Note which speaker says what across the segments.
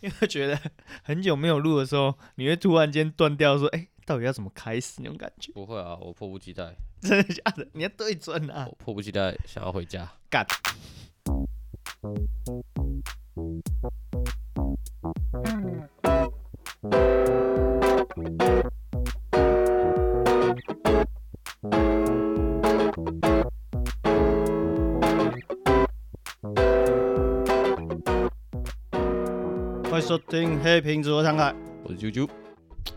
Speaker 1: 因为觉得很久没有录的时候，你会突然间断掉，说：“哎、到底要怎么开始？”那种感觉，
Speaker 2: 不会啊，我迫不及待，
Speaker 1: 真的假的？你要对准啊
Speaker 2: 我！
Speaker 3: 哦
Speaker 2: 迫不及待想要回家。
Speaker 1: 干。
Speaker 3: 欢迎收听黑屏直播摊开
Speaker 2: 我是啾啾，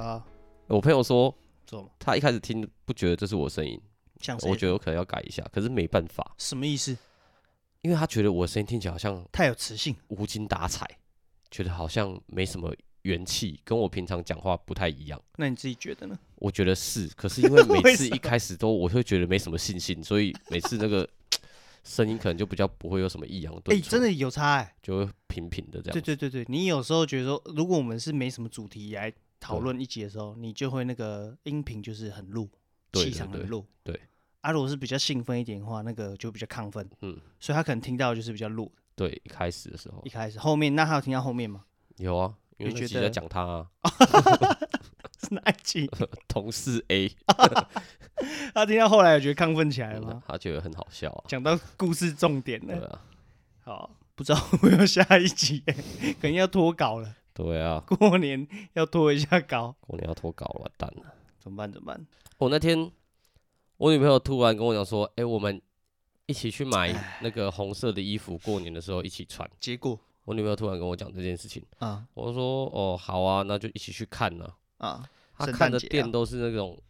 Speaker 3: 啊，
Speaker 2: 我朋友说
Speaker 3: 做嘛，
Speaker 2: 他一开始听不觉得这是我声音，
Speaker 3: 像谁？
Speaker 2: 我觉得我可能要改一下，可是没办法，
Speaker 3: 什么意思？
Speaker 2: 因为他觉得我声音听起来好像
Speaker 3: 太有磁性，
Speaker 2: 无精打采，觉得好像没什么元气，跟我平常讲话不太一样。
Speaker 3: 那你自己觉得呢？
Speaker 2: 我觉得是，可是因为每
Speaker 3: 为
Speaker 2: 次
Speaker 3: 什
Speaker 2: 一开始都我会觉得没什么信心，所以每次那个声音可能就比较不会有什么抑扬
Speaker 3: 哎、
Speaker 2: 顿挫，
Speaker 3: 真的有差哎、
Speaker 2: 就会平平的这样。
Speaker 3: 对对对对，你有时候觉得说，如果我们是没什么主题来讨论一集的时候，你就会那个音频就是很弱，
Speaker 2: 对
Speaker 3: 气
Speaker 2: 对
Speaker 3: 场
Speaker 2: 对
Speaker 3: 很弱。
Speaker 2: 对。
Speaker 3: 啊，如果是比较兴奋一点的话，那个就比较亢奋，
Speaker 2: 嗯，
Speaker 3: 所以他可能听到的就是比较弱的。
Speaker 2: 对，一开始的时候
Speaker 3: 一开始后面，那他有听到后面 吗？
Speaker 2: 有啊，因为
Speaker 3: 你
Speaker 2: 那
Speaker 3: 觉
Speaker 2: 集在
Speaker 3: 得
Speaker 2: 讲他、啊、
Speaker 3: 是哪一集？
Speaker 2: 同事 A，
Speaker 3: 他听到后来有觉得亢奋起来 了
Speaker 2: 嗯
Speaker 3: 吗？
Speaker 2: 他觉得很好笑啊。
Speaker 3: 讲到故事重点
Speaker 2: 对
Speaker 3: 了，
Speaker 2: 啊，
Speaker 3: 好，不知道会不会有下一集、 欸，可能要脱稿了。
Speaker 2: 对啊，
Speaker 3: 过年要拖一下稿，
Speaker 2: 过年要脱稿了，完蛋了。
Speaker 3: 怎么办？怎么办？
Speaker 2: 我那天我女朋友突然跟我讲说，哎、我们一起去买那个红色的衣服，过年的时候一起穿。
Speaker 3: 结果
Speaker 2: 我女朋友突然跟我讲这件事情，
Speaker 3: 啊
Speaker 2: 我说哦好啊，那就一起去看呐、
Speaker 3: 啊，
Speaker 2: 她
Speaker 3: 圣诞
Speaker 2: 看的
Speaker 3: 节啊
Speaker 2: 店都是那种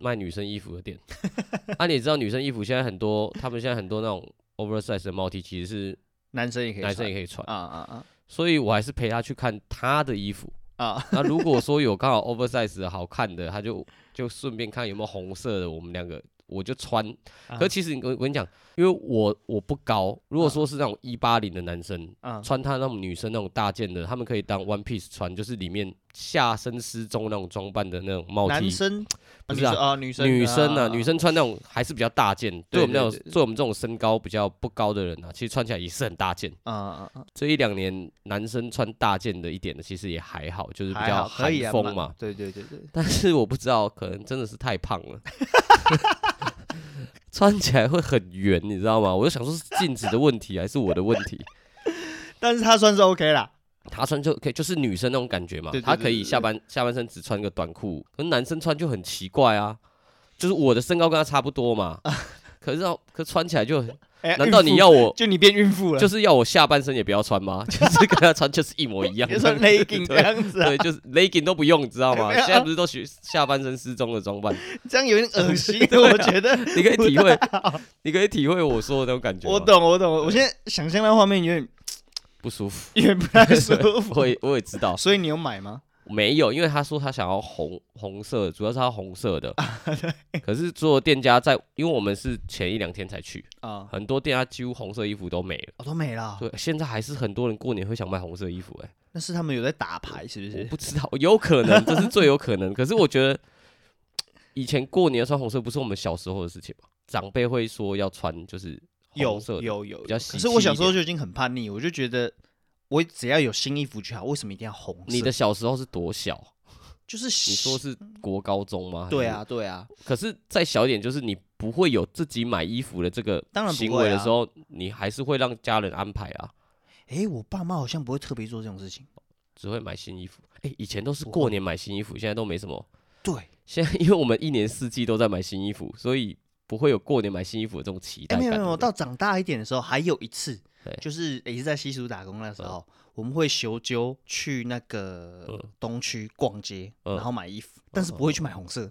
Speaker 2: 卖女生衣服的店， 啊，你也知道女生衣服现在很多，他们现在很多那种 oversize 的毛 T 其实
Speaker 3: 男生也可
Speaker 2: 是
Speaker 3: 以，
Speaker 2: 男生也可以穿，
Speaker 3: 啊啊
Speaker 2: 所以我还是陪她去看她的衣服。
Speaker 3: 啊 啊！
Speaker 2: 那如果说有刚好 oversize 的好看的，他就就顺便看有没有红色的，我们两个我就穿。
Speaker 3: 啊
Speaker 2: 可其实你我跟你讲，因为我我不高，如果
Speaker 3: 啊
Speaker 2: 说是那种一八零的男生，
Speaker 3: 啊
Speaker 2: 穿他那种女生那种大件的，他们可以当 one piece 穿，就是里面下身失踪那种装扮的那种帽 T。
Speaker 3: 男生
Speaker 2: 不是啊
Speaker 3: 你说哦，女生
Speaker 2: 女生啊，女
Speaker 3: 生
Speaker 2: 生穿那种还是比较大件，对我们那
Speaker 3: 对
Speaker 2: 种，对我们这种身高比较不高的人啊，其实穿起来也是很大件。
Speaker 3: 啊啊啊，
Speaker 2: 这一两年男生穿大件的一点的，其实也还好，就是比
Speaker 3: 还好
Speaker 2: 较
Speaker 3: 可
Speaker 2: 韩
Speaker 3: 以啊，
Speaker 2: 风
Speaker 3: 蛮
Speaker 2: 嘛，
Speaker 3: 对对对对，
Speaker 2: 但是我不知道，可能真的是太胖了， 穿起来会很圆，你知道吗？我就想说是镜子的问题还是我的问题？
Speaker 3: 但是他算是 OK 啦，
Speaker 2: 她穿就可以，就是女生那种感觉嘛
Speaker 3: 对，对
Speaker 2: 她
Speaker 3: 对
Speaker 2: 可以
Speaker 3: 对
Speaker 2: 下半下半身只穿个短裤，可是男生穿就很奇怪啊，就是我的身高跟她差不 多嘛，可是哦可穿起来就很，
Speaker 3: 哎，
Speaker 2: 难道
Speaker 3: 孕妇
Speaker 2: 你要 我
Speaker 3: 就你变孕妇了？
Speaker 2: 就是是要我下半身也不要穿吗？ 就是跟她穿就是一模一样，
Speaker 3: 也算 legging 这
Speaker 2: 对
Speaker 3: 样子啊，
Speaker 2: 对，就是 legging 都不用，你知道吗？
Speaker 3: 没有
Speaker 2: 现在不是都学下半身失踪的装扮。
Speaker 3: 这样有点恶心，
Speaker 2: 啊
Speaker 3: 我觉 得。
Speaker 2: 你可以体会，你可以体会我说的那种感觉吗。
Speaker 3: 我懂，我懂，我现在想象那画面有点
Speaker 2: 不舒服，
Speaker 3: 有点不
Speaker 2: 啊
Speaker 3: 太舒服
Speaker 2: 我，也我也知道
Speaker 3: 所以你有买吗？
Speaker 2: 没有，因为他说他想要红红色，主要是他红色的。
Speaker 3: 啊
Speaker 2: 可是所有店家在，因为我们是前一两天才去，
Speaker 3: 啊，
Speaker 2: 很多店家几乎红色衣服都没了。
Speaker 3: 我都没了，
Speaker 2: 对，现在还是很多人过年会想买红色衣服、欸，
Speaker 3: 那是他们有在打牌是不
Speaker 2: 我
Speaker 3: 是？
Speaker 2: 不知道，有可能，这是最有可能。可是我觉得，以前过年穿红色不是我们小时候的事情吗？长辈会说要穿就是
Speaker 3: 有
Speaker 2: 红色的，
Speaker 3: 有有，
Speaker 2: 比较
Speaker 3: 有
Speaker 2: 喜
Speaker 3: 可是我
Speaker 2: 气一
Speaker 3: 小时候就已经很叛逆，我就觉得我只要有新衣服就好，为什么一定要红色？
Speaker 2: 你的小时候是多小？
Speaker 3: 就是
Speaker 2: 你说是国高中吗？还是
Speaker 3: 嗯对，啊，对啊，
Speaker 2: 可是再小一点，就是你不会有自己买衣服的这个
Speaker 3: 当然不会啊
Speaker 2: 行为的时候，你还是会让家人安排啊，
Speaker 3: 诶，我爸妈好像不会特别做这种事情。
Speaker 2: 只会买新衣服。哎、以前都是过年买新衣服，现在都没什么。
Speaker 3: 对，
Speaker 2: 现在因 为我们一年四季都在买新衣服，所以不会有过年买新衣服的这种期
Speaker 3: 哎，
Speaker 2: 待
Speaker 3: 没
Speaker 2: 感。
Speaker 3: 有没有，我
Speaker 2: 对
Speaker 3: 到长大一点的时候，还有一次
Speaker 2: 对，嗯
Speaker 3: 就是也是在西蜀打工那时候，我们会休揪去那个
Speaker 2: 嗯
Speaker 3: 东区逛街，
Speaker 2: 嗯
Speaker 3: 然后买衣服，但是不会去买红色。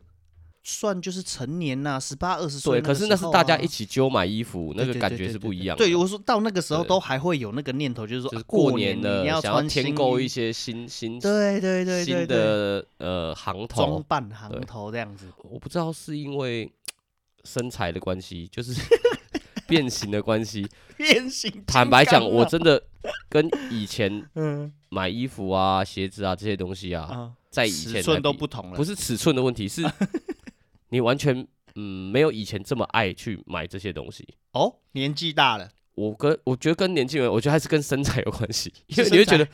Speaker 3: 算就是成年呐、1十八二十
Speaker 2: 不
Speaker 3: 岁
Speaker 2: 对对，可是
Speaker 3: 那
Speaker 2: 那
Speaker 3: 个时
Speaker 2: 是
Speaker 3: 候啊
Speaker 2: 大家一起揪买衣服，那
Speaker 3: 对
Speaker 2: 个
Speaker 3: 对
Speaker 2: 感
Speaker 3: 对
Speaker 2: 觉
Speaker 3: 对对
Speaker 2: 是不一样的。
Speaker 3: 对，我说到那个时候
Speaker 2: 对
Speaker 3: 都还会有那个念头，就是说、
Speaker 2: 就是
Speaker 3: 啊过
Speaker 2: 年
Speaker 3: 你
Speaker 2: 了，
Speaker 3: 一定要
Speaker 2: 想要
Speaker 3: 穿
Speaker 2: 添
Speaker 3: 新
Speaker 2: 购
Speaker 3: 衣
Speaker 2: 一些新新
Speaker 3: 对对对对
Speaker 2: 新
Speaker 3: 对，
Speaker 2: 的呃行头
Speaker 3: 装，扮行
Speaker 2: 对
Speaker 3: 头这样子。
Speaker 2: 我不知道是因为身材的关系，就是 变形的关系。
Speaker 3: 变形。
Speaker 2: 坦白讲，
Speaker 3: 金刚啊
Speaker 2: 我真的跟以前
Speaker 3: 嗯
Speaker 2: 买衣服啊、鞋子啊这些东西啊，
Speaker 3: 啊，
Speaker 2: 在以前
Speaker 3: 尺
Speaker 2: 来
Speaker 3: 寸都
Speaker 2: 比
Speaker 3: 不同了，
Speaker 2: 不
Speaker 3: 是
Speaker 2: 是尺寸的问 题，是你完全嗯没有以前这么爱去买这些东西。
Speaker 3: 哦，年纪大了，
Speaker 2: 我跟我觉得跟年轻人，我觉得还是跟身材有关系，因
Speaker 3: 是
Speaker 2: 为你会
Speaker 3: 身
Speaker 2: 觉得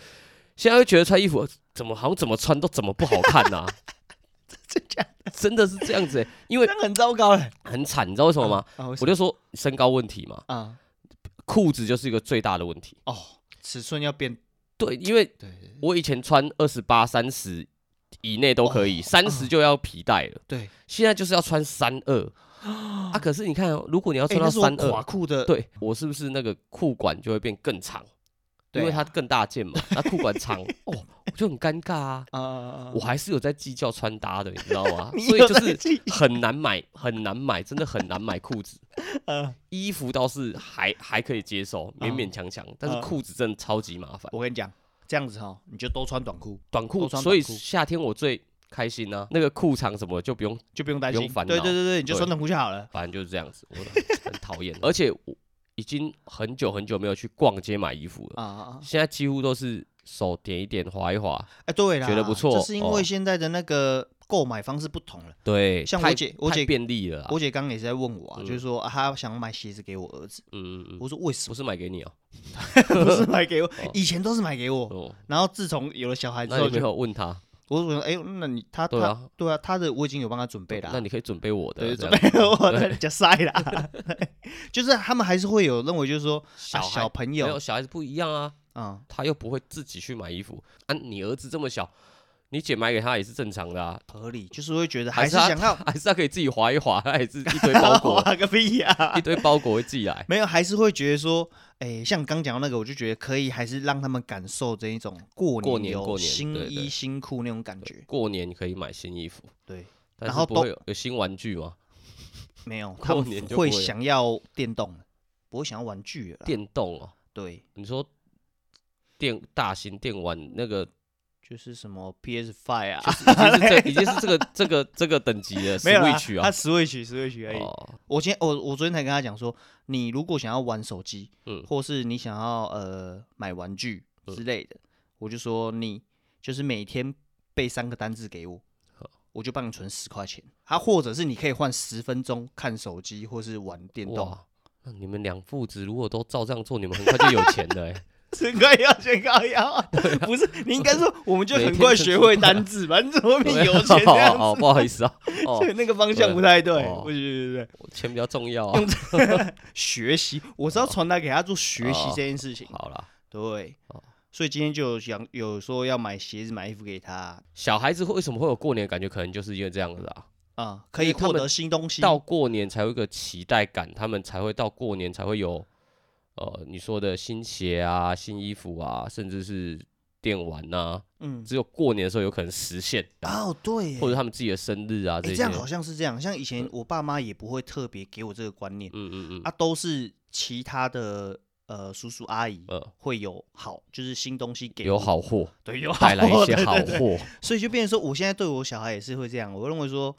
Speaker 2: 现在会觉得穿衣服怎么好像怎么穿都怎么不好看呐、
Speaker 3: 这这样
Speaker 2: 真的是这样子、欸，因
Speaker 3: 这
Speaker 2: 为
Speaker 3: 样很糟糕嘞。
Speaker 2: 很惨，你知道为什么吗？
Speaker 3: 啊，
Speaker 2: 我就说身高问题嘛，
Speaker 3: 啊
Speaker 2: 裤子就是一个最大的问题。
Speaker 3: 哦，尺寸要变
Speaker 2: 对，因为
Speaker 3: 对对
Speaker 2: 我以前穿二十八、三十以内都可以，三十、
Speaker 3: 嗯
Speaker 2: 就要皮带了，
Speaker 3: 对，
Speaker 2: 现在就是要穿三二啊。可是你看、哦，如果你要
Speaker 3: 哎
Speaker 2: 穿到
Speaker 3: 那是
Speaker 2: 三
Speaker 3: 我垮
Speaker 2: 二，
Speaker 3: 裤的，
Speaker 2: 对我是不是那个裤管就会变更长？
Speaker 3: 对
Speaker 2: 因为它
Speaker 3: 啊
Speaker 2: 更大件嘛，那裤管长哦，我就很尴尬啊。
Speaker 3: 啊啊啊，？
Speaker 2: 我还是有在计较穿搭的，你知道吗
Speaker 3: 你
Speaker 2: 所以
Speaker 3: 有
Speaker 2: 就
Speaker 3: 在
Speaker 2: 是
Speaker 3: 记
Speaker 2: 很难买，很难买，真的很难买裤子。
Speaker 3: 啊
Speaker 2: 衣服倒是还还可以接受，勉勉强强，但是
Speaker 3: 嗯
Speaker 2: 裤子真的超级麻烦。
Speaker 3: 我跟你讲，这样子哈，你就都穿短裤，
Speaker 2: 短裤，
Speaker 3: 都穿
Speaker 2: 所以
Speaker 3: 短裤
Speaker 2: 夏天我最开心啊呢、那个裤长什么就不用，
Speaker 3: 就不用担
Speaker 2: 不用
Speaker 3: 心。
Speaker 2: 烦
Speaker 3: 对
Speaker 2: 恼
Speaker 3: 对对对，你就
Speaker 2: 对
Speaker 3: 穿短裤就好了。
Speaker 2: 反正就是这样子，我很讨 厌。而且我已经很久很久没有去逛街买衣服了，
Speaker 3: 啊啊啊！
Speaker 2: 现在几乎都是手点一点划一划。
Speaker 3: 哎，对啦，
Speaker 2: 觉得不错
Speaker 3: 这是因为
Speaker 2: 哦
Speaker 3: 现在的那个购买方式不同了。
Speaker 2: 对，
Speaker 3: 像
Speaker 2: 太
Speaker 3: 我姐我
Speaker 2: 太
Speaker 3: 姐
Speaker 2: 便利了啦。
Speaker 3: 我姐刚刚也是在问我啊，
Speaker 2: 嗯
Speaker 3: 就是说啊她想买鞋子给我儿子，
Speaker 2: 嗯嗯嗯，
Speaker 3: 我说为什
Speaker 2: 不
Speaker 3: 么
Speaker 2: 是买给你哦、
Speaker 3: 不是买 给我？以前都是买给我，
Speaker 2: 哦，
Speaker 3: 然后自从有了小孩之
Speaker 2: 那
Speaker 3: 后
Speaker 2: 你没
Speaker 3: 就，
Speaker 2: 有 问他？
Speaker 3: 我就说哎，那你他
Speaker 2: 对
Speaker 3: 他
Speaker 2: 啊，
Speaker 3: 对啊，他的我已经有帮他准备了
Speaker 2: 那
Speaker 3: 啊。
Speaker 2: 你可以准备我的
Speaker 3: 对，
Speaker 2: 这
Speaker 3: 准
Speaker 2: 样子。
Speaker 3: 备 我在 家晒啦，就是他们还是会有认为，就是说啊，
Speaker 2: 孩
Speaker 3: 小朋
Speaker 2: 没
Speaker 3: 友
Speaker 2: 有，小孩子不一样啊，
Speaker 3: 啊，
Speaker 2: 他又不会自己去买衣服啊。你儿子这么小，你姐买给他也是正常的啊，
Speaker 3: 合理，就是会觉得
Speaker 2: 还
Speaker 3: 还是
Speaker 2: 他
Speaker 3: 想要
Speaker 2: 还是他可以自己划一划， 他 也是一堆包裹，
Speaker 3: 哇个屁呀
Speaker 2: 一！堆包裹会寄来。
Speaker 3: 没有，还是会觉得说，哎，像刚讲到那个，我就觉得可以，还是让他们感受这一种过
Speaker 2: 过年过
Speaker 3: 有
Speaker 2: 年
Speaker 3: 新
Speaker 2: 对对
Speaker 3: 衣新裤那种感觉。
Speaker 2: 过年可以买新 衣服，
Speaker 3: 对，
Speaker 2: 但
Speaker 3: 然
Speaker 2: 是
Speaker 3: 后
Speaker 2: 不
Speaker 3: 都
Speaker 2: 会有有新玩具吗？
Speaker 3: 没有，他
Speaker 2: 过
Speaker 3: 们
Speaker 2: 年就不
Speaker 3: 会
Speaker 2: 会有
Speaker 3: 想要电动，不会想要玩具了啦。
Speaker 2: 电动哦，
Speaker 3: 对，
Speaker 2: 你说电大型电玩 那个
Speaker 3: 就是什么 PS Five 啊，
Speaker 2: 已经是这已经是这个这个这个等级的
Speaker 3: 没有啦
Speaker 2: Switch
Speaker 3: 他
Speaker 2: 啊。
Speaker 3: Switch Switch 而已。
Speaker 2: 哦，
Speaker 3: 我今天我我昨天才跟他讲说，你如果想要玩手机，
Speaker 2: 嗯
Speaker 3: 或是你想要呃买玩具
Speaker 2: 呃
Speaker 3: 之类的，我就说你就是每天背三个单字给我
Speaker 2: 好，
Speaker 3: 我就帮你存十块钱。啊，或者是你可以换十分钟看手机或是玩电动，
Speaker 2: 哇，那你们两父子如果都照这样做，你们很快就有钱了、欸。
Speaker 3: 很快要学高腰，不是你应该说我们就
Speaker 2: 啊每
Speaker 3: 很
Speaker 2: 天
Speaker 3: 快
Speaker 2: 存
Speaker 3: 学
Speaker 2: 10
Speaker 3: 会
Speaker 2: 块
Speaker 3: 单字吧？你怎么
Speaker 2: 对
Speaker 3: 变有 钱这样
Speaker 2: 哦哦
Speaker 3: 子？
Speaker 2: 不好意思啊， 哦，
Speaker 3: 对，那个方向
Speaker 2: 对
Speaker 3: 不太对，
Speaker 2: 哦
Speaker 3: 不对对对，
Speaker 2: 钱比较重要啊。
Speaker 3: 学习，我是要传达给他做学习
Speaker 2: 哦
Speaker 3: 这件事情，
Speaker 2: 好啦，
Speaker 3: 对
Speaker 2: 哦，
Speaker 3: 所以今天就有想有说要买鞋子、买衣服给他啊、
Speaker 2: 小孩子会为什么会有过年的感觉？可能就是因为这样子啊，
Speaker 3: 可以
Speaker 2: 因为他
Speaker 3: 获
Speaker 2: 们
Speaker 3: 得新东西，
Speaker 2: 到过年才有一个期待感，他们才会到过年才会有，呃，你说的新鞋啊、新衣服啊，甚至是电玩呐、
Speaker 3: 嗯，
Speaker 2: 只有过年的时候有可能实现，
Speaker 3: 哦对耶，
Speaker 2: 或者他们自己的生日啊
Speaker 3: 哎、
Speaker 2: 这
Speaker 3: 这
Speaker 2: 些。
Speaker 3: 样好像是这样，像以前我爸妈也不会特别给我这个观念，
Speaker 2: 嗯嗯嗯，
Speaker 3: 啊，都是其他的呃叔叔阿姨
Speaker 2: 呃，
Speaker 3: 会有好，就是新东西给
Speaker 2: 有
Speaker 3: 我，
Speaker 2: 好货，
Speaker 3: 对，有好
Speaker 2: 带来一些
Speaker 3: 对
Speaker 2: 好
Speaker 3: 对对
Speaker 2: 货。
Speaker 3: 所以就变成说，我现在对我小孩也是会这样，我认为说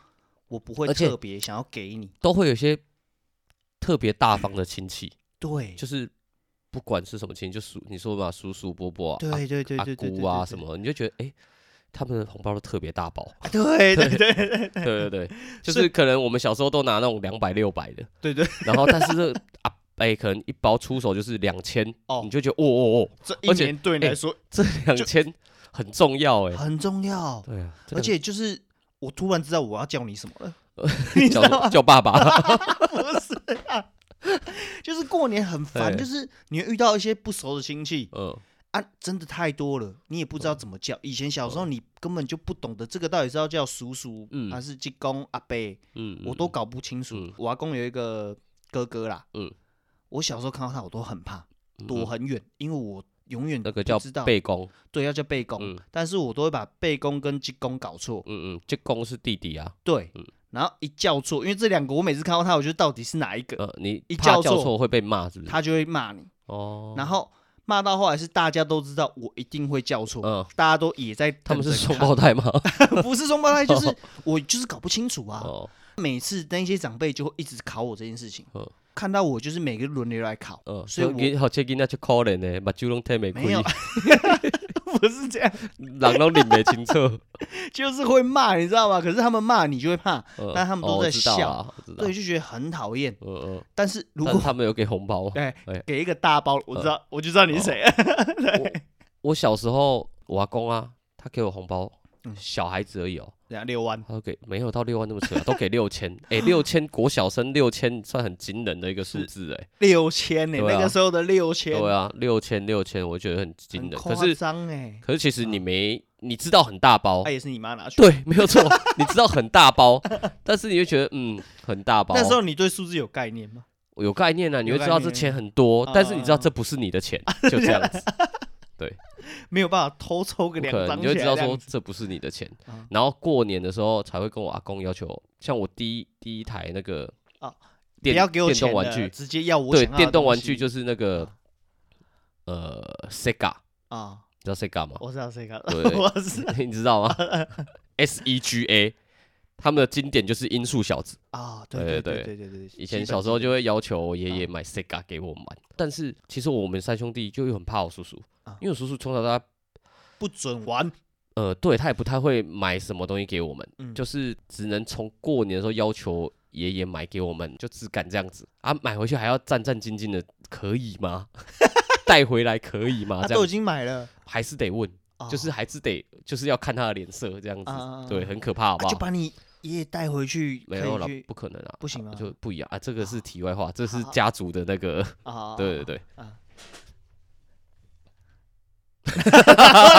Speaker 3: 我不会
Speaker 2: 而且
Speaker 3: 特别想要给你，
Speaker 2: 都会有一些特别大方的亲戚，
Speaker 3: 对，
Speaker 2: 就是不管是什么亲戚，就叔你说嘛，叔叔伯伯啊、
Speaker 3: 对对对
Speaker 2: 阿
Speaker 3: 对对对
Speaker 2: 姑啊
Speaker 3: 对
Speaker 2: 什么，你就觉得哎、诶他们的红包都特别大包。
Speaker 3: 啊对对对对
Speaker 2: 对 对对，就是是可能我们小时候都拿那种两百六百的，
Speaker 3: 对对，
Speaker 2: 然后但是这啊哎、可能一包出手就是两千，
Speaker 3: 哦
Speaker 2: 你就觉得哦哦哦，
Speaker 3: 这一
Speaker 2: 而且
Speaker 3: 年对你
Speaker 2: 哎
Speaker 3: 来说
Speaker 2: 这两千很重要哎、
Speaker 3: 很重要，
Speaker 2: 对啊，这
Speaker 3: 而
Speaker 2: 个
Speaker 3: 且就是我突然知道我要叫你什么了，
Speaker 2: 叫叫爸 爸，
Speaker 3: 不是啊， 就是过年很烦，就
Speaker 2: 对
Speaker 3: 是你会遇到一些不熟的亲戚
Speaker 2: 嗯，
Speaker 3: 啊，真的太多了，你也不知道怎么叫。以前小时候你根本就不懂得这个到底是要叫叔叔
Speaker 2: 嗯
Speaker 3: 还是舅公阿伯，
Speaker 2: 嗯，
Speaker 3: 我都搞不清楚
Speaker 2: 嗯。
Speaker 3: 我阿公有一个哥哥啦，
Speaker 2: 嗯
Speaker 3: 我小时候看到他我都很怕，
Speaker 2: 嗯
Speaker 3: 躲
Speaker 2: 嗯
Speaker 3: 很远，因为我永远
Speaker 2: 那个
Speaker 3: 不
Speaker 2: 叫
Speaker 3: 知道
Speaker 2: 背公，
Speaker 3: 对要叫背公，
Speaker 2: 嗯
Speaker 3: 但是我都会把背公跟舅公搞错，
Speaker 2: 嗯嗯，这公是弟弟啊，
Speaker 3: 对
Speaker 2: 嗯，
Speaker 3: 然后一叫错，因为这两个我每次看到他，我就到底是哪一个，
Speaker 2: 呃，你
Speaker 3: 一
Speaker 2: 怕
Speaker 3: 叫
Speaker 2: 叫
Speaker 3: 错
Speaker 2: 错会被骂是不是？
Speaker 3: 他就会骂你。
Speaker 2: 哦，
Speaker 3: 然后骂到后来是大家都知道我一定会叫错，
Speaker 2: 嗯，
Speaker 3: 大家都也在
Speaker 2: 他们
Speaker 3: 等
Speaker 2: 是
Speaker 3: 着
Speaker 2: 双
Speaker 3: 看
Speaker 2: 胞，胎吗？
Speaker 3: 不是双胞胎，就是我就是搞不清楚啊。
Speaker 2: 哦，
Speaker 3: 每次那些长辈就会一直考我这件事情，
Speaker 2: 嗯
Speaker 3: 看到我就是每个轮流来考，
Speaker 2: 嗯，
Speaker 3: 所以我
Speaker 2: 你好，这囡仔就可怜呢，目睭拢睇袂
Speaker 3: 没有
Speaker 2: 开，
Speaker 3: 不是这样，
Speaker 2: 人拢认袂 清楚。
Speaker 3: 就是会骂，你知道吗？可是他们骂你就会怕，
Speaker 2: 嗯
Speaker 3: 但他们都
Speaker 2: 哦我
Speaker 3: 在
Speaker 2: 知道
Speaker 3: 笑
Speaker 2: 啊，我知道
Speaker 3: 对，，就觉得很讨厌。
Speaker 2: 嗯嗯，
Speaker 3: 但是如
Speaker 2: 但
Speaker 3: 果
Speaker 2: 他们有给 红包啊。
Speaker 3: 哎
Speaker 2: 哎哦
Speaker 3: 给一个大包，我知道，我就知道你是谁。
Speaker 2: 我我小时候我阿公啊，他给我红包，
Speaker 3: 嗯
Speaker 2: 小孩子而已哦，
Speaker 3: 两六万，
Speaker 2: 他都给没有到六万那么扯啊，都给六千， 哎，六千国小生六千算很惊人的一个数字哎，
Speaker 3: 六千呢、
Speaker 2: 对啊
Speaker 3: 那个时候的六千，
Speaker 2: 对啊，六千六千，我觉得很惊
Speaker 3: 很
Speaker 2: 人，
Speaker 3: 夸
Speaker 2: 可是
Speaker 3: 张哎，
Speaker 2: 可是其实你没，你知道很大包
Speaker 3: 那、，也是你妈拿去。
Speaker 2: 对，没啊有错， 你知道很大包，但是你就觉得嗯很大包，
Speaker 3: 那时候你对数字有概念吗？
Speaker 2: 我有概念啊，你
Speaker 3: 有
Speaker 2: 会
Speaker 3: 概
Speaker 2: 知道这
Speaker 3: 念
Speaker 2: 钱很多，但是你知道
Speaker 3: 啊
Speaker 2: 这不是你的钱，就这样子，
Speaker 3: 没有办法偷抽个
Speaker 2: 不
Speaker 3: 两
Speaker 2: 可
Speaker 3: 张
Speaker 2: 能，你
Speaker 3: 起来
Speaker 2: 就知
Speaker 3: 这
Speaker 2: 道
Speaker 3: 样子，
Speaker 2: 说这不是你的钱
Speaker 3: 啊。
Speaker 2: 然后过年的时候才会跟我阿公要求，像我第一第一台那个
Speaker 3: 啊
Speaker 2: 电
Speaker 3: 不要给我
Speaker 2: 电
Speaker 3: 钱了
Speaker 2: 动玩具，
Speaker 3: 直接要我
Speaker 2: 对，
Speaker 3: 想要的
Speaker 2: 电动
Speaker 3: 东
Speaker 2: 玩
Speaker 3: 西
Speaker 2: 具就是那个呃 Sega，
Speaker 3: 啊，
Speaker 2: 你知道 Sega 吗？
Speaker 3: 我知道这个，
Speaker 2: 对
Speaker 3: 我知道
Speaker 2: 你知 道吗？S E G A，他们的经典就是音速小子。
Speaker 3: 啊，对
Speaker 2: 对
Speaker 3: 对
Speaker 2: 对
Speaker 3: 对对对，基
Speaker 2: 以前
Speaker 3: 本
Speaker 2: 小时候
Speaker 3: 基
Speaker 2: 就会要求我爷爷
Speaker 3: 啊
Speaker 2: 买 Sega 给我们玩，但是其实我们三兄弟就又很怕我叔叔
Speaker 3: 啊，
Speaker 2: 因为我叔叔从小到大，
Speaker 3: 本不准玩，
Speaker 2: 呃，对他也不太会买什么东西给我们，
Speaker 3: 嗯
Speaker 2: 就是只能从过年的时候要求爷爷买给我们，就只敢这样子啊，买回去还要战战兢兢的，可以吗？带回来可以吗？
Speaker 3: 他啊
Speaker 2: 这
Speaker 3: 都
Speaker 2: 样
Speaker 3: 已经买了，
Speaker 2: 还是得问，
Speaker 3: 啊
Speaker 2: 就是还是得就是要看他的脸色这样
Speaker 3: 啊啊啊
Speaker 2: 子，对，很可怕，好
Speaker 3: 啊
Speaker 2: 不
Speaker 3: 就
Speaker 2: 好？
Speaker 3: 把你爷爷带回去，
Speaker 2: 没
Speaker 3: 可
Speaker 2: 有
Speaker 3: 以
Speaker 2: 了
Speaker 3: 去，
Speaker 2: 不可能啊，
Speaker 3: 不行吗
Speaker 2: 就不一样啊，这个是题外话，这是
Speaker 3: 好好
Speaker 2: 家族的那个，
Speaker 3: 啊，
Speaker 2: 对对对。
Speaker 3: 啊，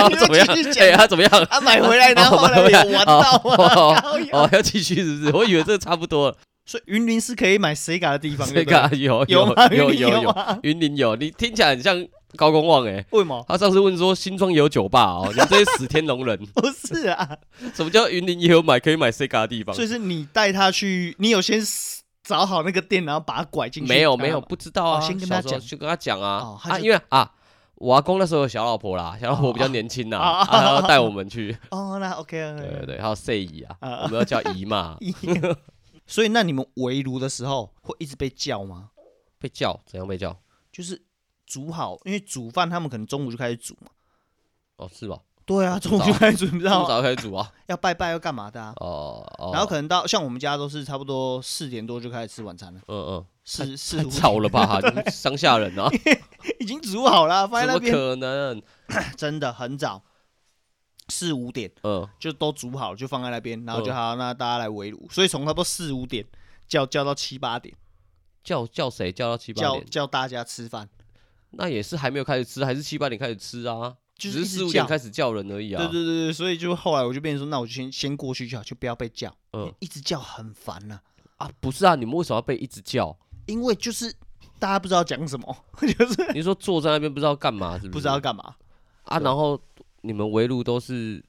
Speaker 3: 你
Speaker 2: 怎
Speaker 3: 们
Speaker 2: 么样？
Speaker 3: 继续
Speaker 2: 哎，
Speaker 3: 讲
Speaker 2: 他怎么样？
Speaker 3: 啊，买回来然后后来 有玩到
Speaker 2: 哦
Speaker 3: 啊， 靠腰
Speaker 2: 哦，要继续是不是？我以为这差不 多了。
Speaker 3: 所以云林是可以买 Sega 的地方，
Speaker 2: 这
Speaker 3: 对不对
Speaker 2: 个啊有
Speaker 3: 有吗？
Speaker 2: 有
Speaker 3: 云林
Speaker 2: 有
Speaker 3: 有啊
Speaker 2: 有，
Speaker 3: 吗？
Speaker 2: 云林有，你听起来很像高公望哎。
Speaker 3: 为什么？
Speaker 2: 他上次问说新庄有酒吧哦，你们这些死天龙人，
Speaker 3: 不是啊，
Speaker 2: 什么叫云林也有买可以买 Sega 的地方
Speaker 3: 所？以是你带他去，你有先 s- 找好那个店，然后把它拐进去。
Speaker 2: 没有
Speaker 3: 然后
Speaker 2: 没有，不知道啊。
Speaker 3: 哦先跟他
Speaker 2: 小时候
Speaker 3: 讲
Speaker 2: 就跟他讲啊
Speaker 3: 哦他
Speaker 2: 啊，
Speaker 3: 就
Speaker 2: 因为啊，我阿公那时候有小老婆啦，小老婆比较年轻呐，
Speaker 3: 哦
Speaker 2: 啊他要带我们去，
Speaker 3: 哦，那 OK
Speaker 2: 对
Speaker 3: OK，
Speaker 2: 对对，还有 C 姨啊，
Speaker 3: 啊
Speaker 2: 我们要叫姨嘛，
Speaker 3: 所以那你们围炉的时候会一直被叫吗？
Speaker 2: 被叫怎样被叫？
Speaker 3: 就是煮好，因为煮饭他们可能中午就开始煮嘛。
Speaker 2: 哦，是吧？
Speaker 3: 对啊，
Speaker 2: 不知
Speaker 3: 中
Speaker 2: 道
Speaker 3: 午就开始煮，你知
Speaker 2: 这么
Speaker 3: 道吗？
Speaker 2: 早开始煮啊？
Speaker 3: 要拜拜要干嘛的啊？
Speaker 2: 哦哦，
Speaker 3: 然后可能到像我们家都是差不多四点多就开始吃晚餐了，
Speaker 2: 嗯嗯，
Speaker 3: 四四
Speaker 2: 太
Speaker 3: 五
Speaker 2: 早 了吧，你们乡下人啊，
Speaker 3: 已经煮好了，啊放在
Speaker 2: 怎
Speaker 3: 那
Speaker 2: 么
Speaker 3: 边
Speaker 2: 可能？
Speaker 3: 真的很早，四五点
Speaker 2: 嗯，
Speaker 3: 就都煮好就放在那边，然后就
Speaker 2: 嗯
Speaker 3: 好，那大家来围炉。所以从差不多四五点叫叫到七八点，
Speaker 2: 叫叫谁叫到七八
Speaker 3: 叫
Speaker 2: 点？
Speaker 3: 叫大家吃饭。
Speaker 2: 那也是还没有开始吃，还是七八点开始吃啊？
Speaker 3: 就是
Speaker 2: 只是
Speaker 3: 一直
Speaker 2: 四五
Speaker 3: 叫
Speaker 2: 点开始叫人而已啊。
Speaker 3: 对对对对，所以就后来我就变成说，那我就先先过去就好，就不要被叫，
Speaker 2: 嗯
Speaker 3: 一直叫很烦呐、
Speaker 2: 啊，不是啊，你们为什么要被一直 叫？
Speaker 3: 因为就是大家不知道讲什么，就是
Speaker 2: 你说坐在那边不知道干嘛，是不是？
Speaker 3: 不知道干嘛，
Speaker 2: 啊，然后你们围炉都是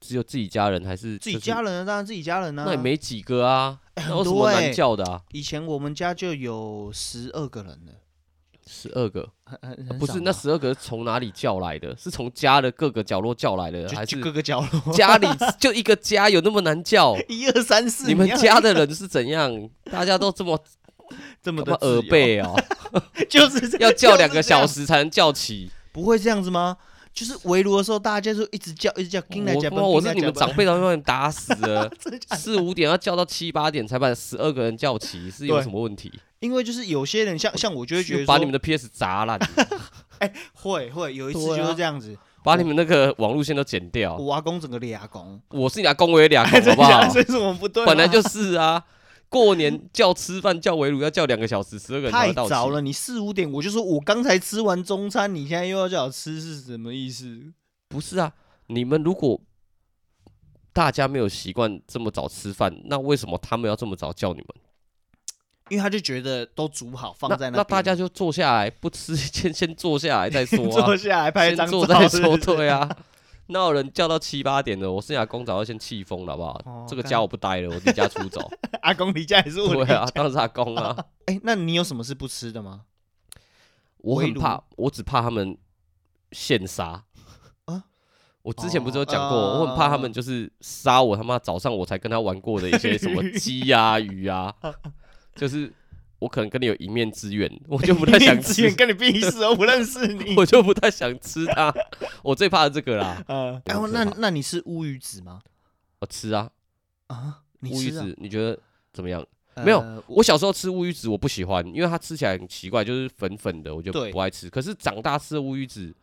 Speaker 2: 只有自己家人还是
Speaker 3: 自己
Speaker 2: 就是
Speaker 3: 家？人啊，当然自己家人啊。
Speaker 2: 那也没几个啊，
Speaker 3: 哎
Speaker 2: 那有
Speaker 3: 很
Speaker 2: 什么
Speaker 3: 多
Speaker 2: 难
Speaker 3: 哎、
Speaker 2: 叫的啊？
Speaker 3: 以前我们家就有十二个人了，
Speaker 2: 十二个，
Speaker 3: 很很很
Speaker 2: 不
Speaker 3: 少啊
Speaker 2: 是那
Speaker 3: 吧
Speaker 2: 十二个是从哪里叫来的？是从家的各个角落叫来的，还
Speaker 3: 就是就各个角落，
Speaker 2: 家里就一个家，有那么难叫？
Speaker 3: 一二三四，
Speaker 2: 你们
Speaker 3: 要
Speaker 2: 家的人是怎样？ 大家都这么
Speaker 3: 这么
Speaker 2: 这
Speaker 3: 的
Speaker 2: 么耳
Speaker 3: 自由，
Speaker 2: 背哦，
Speaker 3: 就是这
Speaker 2: 要叫两
Speaker 3: 就
Speaker 2: 个
Speaker 3: 是这样
Speaker 2: 小时才能叫 起。
Speaker 3: 不会这样子吗？就是围炉的时候，大家就一直叫，一直叫，进来
Speaker 2: 我
Speaker 3: 加
Speaker 2: 妈，我是你们长辈，都让你打死 了。四五点要叫到七八点才把十二个人叫齐，是有
Speaker 3: 对
Speaker 2: 什么问题？
Speaker 3: 因为就是有些人像像我就会觉得
Speaker 2: 就把你们
Speaker 3: 的
Speaker 2: 的 PS 砸烂，
Speaker 3: 会会有一次
Speaker 2: 对啊
Speaker 3: 就是这样子，
Speaker 2: 把你们那个网路线都剪掉。
Speaker 3: 我阿公整个俩公，
Speaker 2: 我是你阿公，我也 两个，好不
Speaker 3: 这样
Speaker 2: 好？
Speaker 3: 这是我们不对吗，
Speaker 2: 本来就是啊，过年叫吃饭叫围炉要叫两个小时，十二个人才
Speaker 3: 太
Speaker 2: 会到齐。
Speaker 3: 早了。你四五点，我就说我刚才吃完中餐，你现在又要叫我吃，是什么意思？
Speaker 2: 不是啊，你们如果大家没有习惯这么早吃饭，那为什么他们要这么早叫你们？
Speaker 3: 因为他就觉得都煮好放在
Speaker 2: 那
Speaker 3: 边
Speaker 2: 那大家就坐下来，不吃先先坐下来再说 啊
Speaker 3: 坐，下来拍一
Speaker 2: 先
Speaker 3: 张
Speaker 2: 坐
Speaker 3: 照，
Speaker 2: 再
Speaker 3: 是不
Speaker 2: 说，
Speaker 3: 是
Speaker 2: 对啊。那有人叫到七八点的，我剩下工早要先气疯了，好不好？
Speaker 3: 哦
Speaker 2: 这个
Speaker 3: 干
Speaker 2: 家我不待了，我离家出走。
Speaker 3: 阿公离家也是 我
Speaker 2: 对
Speaker 3: 离家
Speaker 2: 啊，。当时阿公啊，
Speaker 3: 哎，那你有什么是不吃的吗？
Speaker 2: 我
Speaker 3: 围
Speaker 2: 很
Speaker 3: 炉
Speaker 2: 怕，我只怕他们现杀
Speaker 3: 啊。
Speaker 2: 我之前不是有
Speaker 3: 哦
Speaker 2: 讲过，
Speaker 3: 呃
Speaker 2: 我很怕他们就是杀我他妈早上我才跟他玩过的一些什么 鸡啊、鱼啊，就是我可能跟你有一面之缘， 我就 不太想
Speaker 3: 志远
Speaker 2: 吃，。
Speaker 3: 跟你屁事哦，我不认识你
Speaker 2: 我就不太想吃它。我最怕的这个啦，
Speaker 3: 呃，然后
Speaker 2: 很可
Speaker 3: 那
Speaker 2: 怕
Speaker 3: 那你是乌鱼子吗？
Speaker 2: 我吃啊，
Speaker 3: 啊，你
Speaker 2: 乌鱼
Speaker 3: 吃啊
Speaker 2: 子，你觉得怎么样？没有
Speaker 3: 呃
Speaker 2: 我小时候吃乌鱼子我不喜欢，因为它吃起来很奇怪，就是粉粉的，我就
Speaker 3: 对
Speaker 2: 不爱吃。可是长大吃的乌鱼子，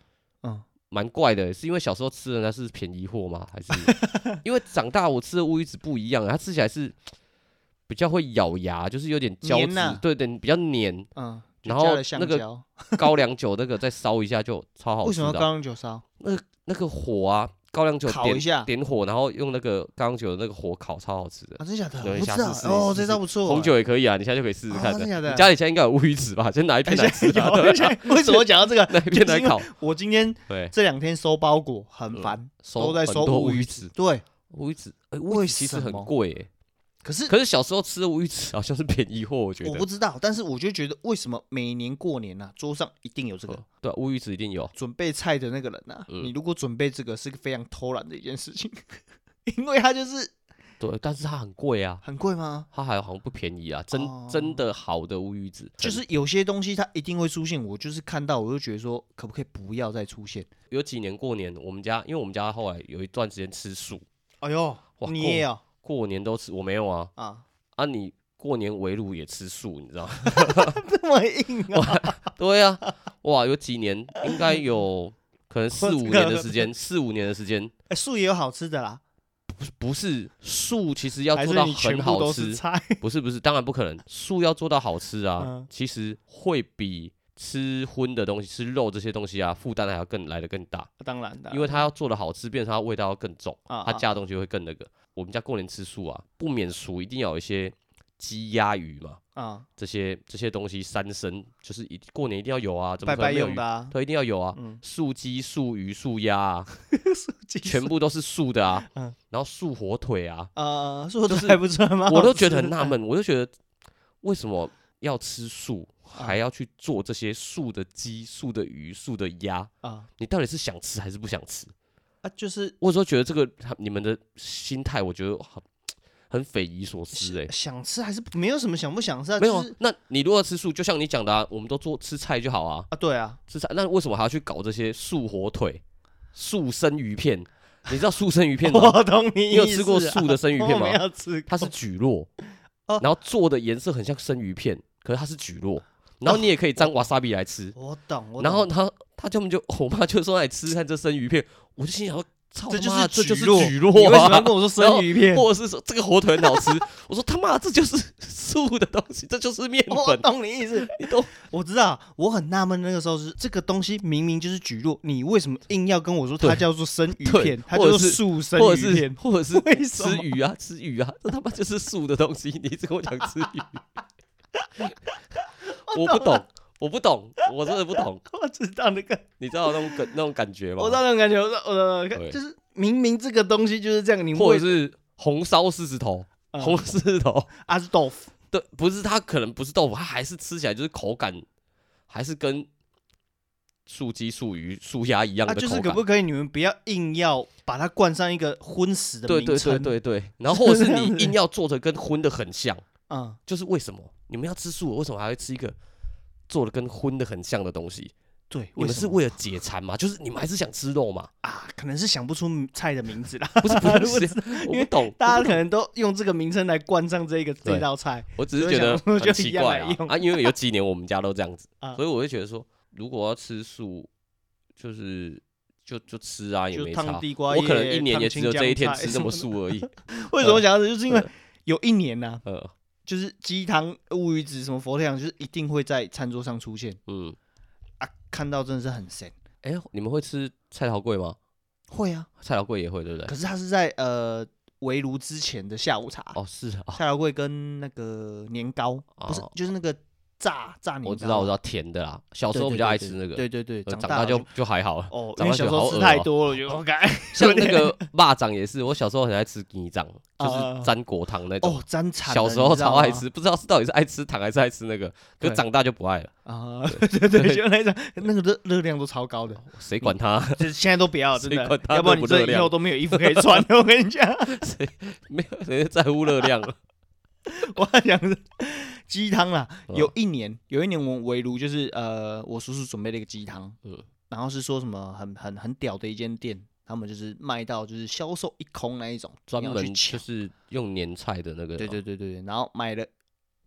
Speaker 3: 嗯，
Speaker 2: 蛮怪的，是因为小时候吃的那是便宜货吗？还是 因为长大我吃的乌鱼子不一样，啊它吃起来是比较会咬牙，就是有点胶质
Speaker 3: 黏呐，
Speaker 2: 对对，比较黏。
Speaker 3: 嗯，就
Speaker 2: 然
Speaker 3: 加
Speaker 2: 后
Speaker 3: 了香
Speaker 2: 那个
Speaker 3: 蕉
Speaker 2: 高粱酒那个再烧一下就超好
Speaker 3: 为
Speaker 2: 吃
Speaker 3: 什么要
Speaker 2: 的
Speaker 3: 高
Speaker 2: 啊，
Speaker 3: 粱酒烧？
Speaker 2: 那个火啊，高粱酒
Speaker 3: 烤
Speaker 2: 点
Speaker 3: 一下
Speaker 2: 点火，然后用那个高粱酒的那个火烤，超好吃的。
Speaker 3: 啊，真的假的？
Speaker 2: 有
Speaker 3: 我
Speaker 2: 一
Speaker 3: 不
Speaker 2: 下
Speaker 3: 知道
Speaker 2: 试试
Speaker 3: 哦，
Speaker 2: 试
Speaker 3: 这
Speaker 2: 试
Speaker 3: 招不错。
Speaker 2: 红酒也可以啊，你现在就可以试试
Speaker 3: 啊
Speaker 2: 看
Speaker 3: 真的假的
Speaker 2: 你家里现在应该有乌鱼子吧？先拿一 片来吃 啊，对啊
Speaker 3: 为什么讲到这个？
Speaker 2: 拿一片
Speaker 3: 就
Speaker 2: 来
Speaker 3: 是因为
Speaker 2: 烤。
Speaker 3: 我今天
Speaker 2: 对，
Speaker 3: 这两天收包裹很烦，
Speaker 2: 嗯收
Speaker 3: 都在
Speaker 2: 很
Speaker 3: 收
Speaker 2: 多
Speaker 3: 乌
Speaker 2: 乌
Speaker 3: 鱼
Speaker 2: 鱼
Speaker 3: 子
Speaker 2: 子，
Speaker 3: 对，
Speaker 2: 乌鱼子，哎，
Speaker 3: 为
Speaker 2: 乌鱼子其实
Speaker 3: 什
Speaker 2: 很
Speaker 3: 么
Speaker 2: 贵欸，
Speaker 3: 可是
Speaker 2: 可是小时候吃的乌鱼子好像是便宜货，我觉
Speaker 3: 我
Speaker 2: 得
Speaker 3: 不。知道，但是我就觉得为什么每年过年啊，桌上一定有这个
Speaker 2: 嗯对啊，乌鱼子一定有。
Speaker 3: 准备菜的那个人啊，
Speaker 2: 嗯
Speaker 3: 你如果准备这个是个非常偷懒的一件事情， 因为他就是
Speaker 2: 对，但是它很贵啊，
Speaker 3: 很贵吗？
Speaker 2: 它还好像不便宜啊，真真的好的乌鱼子，
Speaker 3: 哦就是有些东西它一定会出现，我就是看到我就觉得说，可不可以不要再出现？
Speaker 2: 有几年过年，我们家因为我们家后来有一段时间吃素，
Speaker 3: 哎呦，
Speaker 2: 哇
Speaker 3: 你
Speaker 2: 过
Speaker 3: 也有
Speaker 2: 过年都吃，我没有啊
Speaker 3: 啊，
Speaker 2: 啊，你过年围炉也吃素，你知道吗？
Speaker 3: 这么硬
Speaker 2: 哦
Speaker 3: 啊？
Speaker 2: 对啊，哇，有几年应 该有可能四五
Speaker 3: 这
Speaker 2: 年
Speaker 3: 个
Speaker 2: 的时间，四五年的时间，
Speaker 3: 哎素也有好吃的啦，
Speaker 2: 不是素其实要
Speaker 1: 还
Speaker 2: 做
Speaker 1: 是
Speaker 2: 到
Speaker 1: 你全
Speaker 2: 很
Speaker 1: 部
Speaker 2: 好
Speaker 1: 都
Speaker 2: 吃
Speaker 1: 是， 菜？
Speaker 2: 不是不是，当然不可能，素要做到好吃啊，
Speaker 1: 嗯
Speaker 2: 其实会比吃荤的东西、吃肉这些东西啊，负担还要更来的更大，
Speaker 1: 当然的，
Speaker 2: 因为它要做的好吃，变成它味道要更重，
Speaker 1: 嗯
Speaker 3: 啊
Speaker 2: 它
Speaker 3: 啊
Speaker 2: 加的东西会更那个。我们家过年吃素啊，不免俗一定要有一些鸡鸭鱼嘛，
Speaker 3: 啊，
Speaker 2: 这些这些东西三牲就是一过年一定要有啊，怎
Speaker 3: 拜
Speaker 2: 么可能
Speaker 3: 拜
Speaker 2: 没有
Speaker 3: 用
Speaker 2: 鱼
Speaker 3: 的啊，
Speaker 2: 对，一定要有啊，
Speaker 3: 嗯
Speaker 2: 素鸡、素鱼、素 鸭啊，全
Speaker 3: 部
Speaker 2: 部都是素的啊，
Speaker 1: 嗯
Speaker 2: 然后素火 腿啊，
Speaker 3: 呃，是我
Speaker 2: 就是
Speaker 3: 还不错吗？
Speaker 2: 我都觉得很纳
Speaker 3: 嗯
Speaker 2: 闷，我就觉得为什么要吃素，还
Speaker 3: 啊
Speaker 2: 要去做这些素的鸡、素的鱼、素的鸭？
Speaker 3: 啊
Speaker 2: 你到底是想吃还是不想吃？
Speaker 3: 啊，就是
Speaker 2: 我有时候觉得这个他你们的心态，我觉得很很匪夷所思哎、
Speaker 3: 想吃还是没有什么想不想吃啊，
Speaker 2: 没有、
Speaker 3: 就
Speaker 2: 啊
Speaker 3: 是，
Speaker 2: 那你如果吃素，就像你讲的、啊，我们都做吃菜就好啊。
Speaker 3: 啊，对啊，
Speaker 2: 吃菜，那为什么还要去搞这些素火腿、素生鱼片？你知道素生 鱼片吗？
Speaker 1: 我懂你
Speaker 2: 你
Speaker 1: 意
Speaker 2: 有吃过
Speaker 1: 思啊
Speaker 2: 素的生鱼片
Speaker 1: 我没
Speaker 2: 吗？
Speaker 1: 有吃过，
Speaker 2: 它是蒟蒻
Speaker 3: 哦，
Speaker 2: 然后做的颜色很像生鱼片，可是它是蒟
Speaker 1: 哦
Speaker 2: 蒻，然后你也可以沾瓦萨比来吃。
Speaker 3: 我懂，我
Speaker 2: 然后
Speaker 3: 懂
Speaker 2: 他他他们就我妈就说来吃看这生鱼片，我就心想说，操
Speaker 3: 这
Speaker 2: 他
Speaker 3: 就是
Speaker 2: 妈的这就 是
Speaker 3: 蒟蒻
Speaker 2: 蒟
Speaker 1: 你为
Speaker 2: 蒻
Speaker 1: 什么要
Speaker 2: 啊！
Speaker 1: 跟我说生鱼 片？
Speaker 2: 或者是说这个火腿很好吃， 我说他妈这就是 素的东西，这就是面
Speaker 3: 我
Speaker 2: 粉，
Speaker 3: 懂你意思，
Speaker 2: 你都
Speaker 3: 我知道，我很纳闷，那个时候是这个东西明明就是蒟蒻，你为什么硬要跟我说它
Speaker 2: 对
Speaker 3: 叫做生鱼
Speaker 2: 对
Speaker 3: 片，它
Speaker 2: 或
Speaker 3: 叫
Speaker 2: 者
Speaker 3: 做
Speaker 2: 是
Speaker 3: 素生
Speaker 2: 或者
Speaker 3: 鱼
Speaker 2: 是
Speaker 3: 片？
Speaker 2: 或者是
Speaker 3: 为什
Speaker 2: 吃
Speaker 3: 么
Speaker 2: 鱼啊，吃鱼啊，这他妈就是素的东西，你一直跟我讲吃鱼， 我不懂，我不懂，我真的不懂，
Speaker 3: 我知道那个，
Speaker 2: 你知道那种感那种感觉吗
Speaker 3: 我？知道那种感觉，我知道，我知道，
Speaker 2: 对
Speaker 3: 就是明明这个东西就是这样，你
Speaker 2: 或者
Speaker 3: 为
Speaker 2: 是红烧狮子头，
Speaker 3: 嗯
Speaker 2: 红狮子头，
Speaker 3: 啊是豆腐，
Speaker 2: 对，不是它可能不是豆腐，它还是吃起来就是口感还是跟素鸡、素鱼、素鸭一样
Speaker 3: 啊
Speaker 2: 的口
Speaker 3: 就
Speaker 2: 感。
Speaker 3: 是可不可以你们不要硬要把它冠上一个荤食的
Speaker 2: 对
Speaker 3: 名
Speaker 2: 对对
Speaker 3: 称？
Speaker 2: 对对，然后或者是
Speaker 3: 这样
Speaker 2: 你
Speaker 3: 子
Speaker 2: 硬要做的跟荤的很像，
Speaker 3: 嗯，
Speaker 2: 就是为什么你们要吃素，为什么还会吃一个做的跟荤的很像的东西？
Speaker 3: 对，
Speaker 2: 你
Speaker 3: 为
Speaker 2: 们
Speaker 3: 什
Speaker 2: 是
Speaker 3: 么
Speaker 2: 为了解馋吗？就是你们还是想吃肉嘛？
Speaker 3: 啊？可能是想不出菜的名字啦，
Speaker 2: 不是不
Speaker 3: 我
Speaker 2: 是，我不懂，
Speaker 3: 大
Speaker 2: 我
Speaker 3: 家
Speaker 2: 不
Speaker 3: 可能都用这个名称来冠上这个这
Speaker 2: 对
Speaker 3: 道菜。
Speaker 2: 我只是觉得
Speaker 3: 所以我想说
Speaker 2: 很
Speaker 3: 就一
Speaker 2: 奇
Speaker 3: 样
Speaker 2: 怪
Speaker 3: 来
Speaker 2: 啊
Speaker 3: 用
Speaker 2: 啊，因为有几年我们家都这样子
Speaker 3: 啊，
Speaker 2: 所以我会觉得说，如果要吃素，就是就就吃啊，也
Speaker 3: 就
Speaker 2: 没
Speaker 3: 烫
Speaker 2: 差。
Speaker 3: 地瓜
Speaker 2: 我可能
Speaker 3: 叶
Speaker 2: 一年
Speaker 3: 烫
Speaker 2: 也只
Speaker 3: 青
Speaker 2: 有这
Speaker 3: 江
Speaker 2: 一天
Speaker 3: 菜
Speaker 2: 吃
Speaker 3: 什
Speaker 2: 那么
Speaker 3: 么
Speaker 2: 素而已。
Speaker 3: 为什么想到这？就是因为
Speaker 2: 嗯
Speaker 3: 有一年呐、
Speaker 2: 呃，
Speaker 3: 就是鸡汤、乌鱼子、什么佛跳墙，就是一定会在餐桌上出现
Speaker 2: 嗯，
Speaker 3: 啊，看到真的是很神。
Speaker 2: 哎，你们会吃菜头粿吗？
Speaker 3: 会啊，
Speaker 2: 菜头粿也会，对不对
Speaker 3: 可？是它是在呃围炉之前的下午茶，
Speaker 2: 哦，是啊，
Speaker 3: 下午会跟那个年糕，不是
Speaker 2: 哦
Speaker 3: 就是那个炸炸年糕啊。
Speaker 2: 我知道，我知道，甜的啦。小时候比较爱吃那个，
Speaker 3: 对对对，
Speaker 2: 呃
Speaker 3: 长
Speaker 2: 长大
Speaker 3: 就
Speaker 2: 就就还好了。
Speaker 3: 哦，因为
Speaker 2: 长大
Speaker 3: 小时
Speaker 2: 觉得好
Speaker 3: 候
Speaker 2: 恶
Speaker 3: 吃
Speaker 2: 哦
Speaker 3: 太多了，就 我感
Speaker 2: 像那个蚂蚱也是，我小时候很爱吃鸡掌，就
Speaker 3: 啊
Speaker 2: 是沾果糖那种。
Speaker 3: 哦沾惨了。
Speaker 2: 小时
Speaker 3: 你
Speaker 2: 候
Speaker 3: 知道
Speaker 2: 超爱
Speaker 3: 吗
Speaker 2: 吃，不知道是到底是爱吃糖还是爱吃那个，可
Speaker 3: 对
Speaker 2: 是长大就不爱了。
Speaker 3: 啊，对对，就那种那个热热量都超高 的，
Speaker 2: 谁管他？
Speaker 3: 就是现在都不要，真
Speaker 2: 谁
Speaker 3: 的
Speaker 2: 管，它
Speaker 3: 要不然
Speaker 2: 热
Speaker 3: 你
Speaker 2: 不
Speaker 3: 这
Speaker 2: 热
Speaker 3: 以
Speaker 2: 量
Speaker 3: 后都没有衣服可以穿了。我跟你讲，
Speaker 2: 没有谁在乎热量啊了。
Speaker 3: 我要讲的是鸡汤啦，
Speaker 2: 嗯
Speaker 3: 有一年，有一年我们围炉就是呃，我叔叔准备了一个鸡汤，嗯
Speaker 2: 嗯，
Speaker 3: 然后是说什么很很很屌的一间店，他们就是卖到就是销售一空那一种，
Speaker 2: 专
Speaker 3: 你要去
Speaker 2: 门
Speaker 3: 抢
Speaker 2: 就，是用年菜的那个，
Speaker 3: 对对对对对，然后买了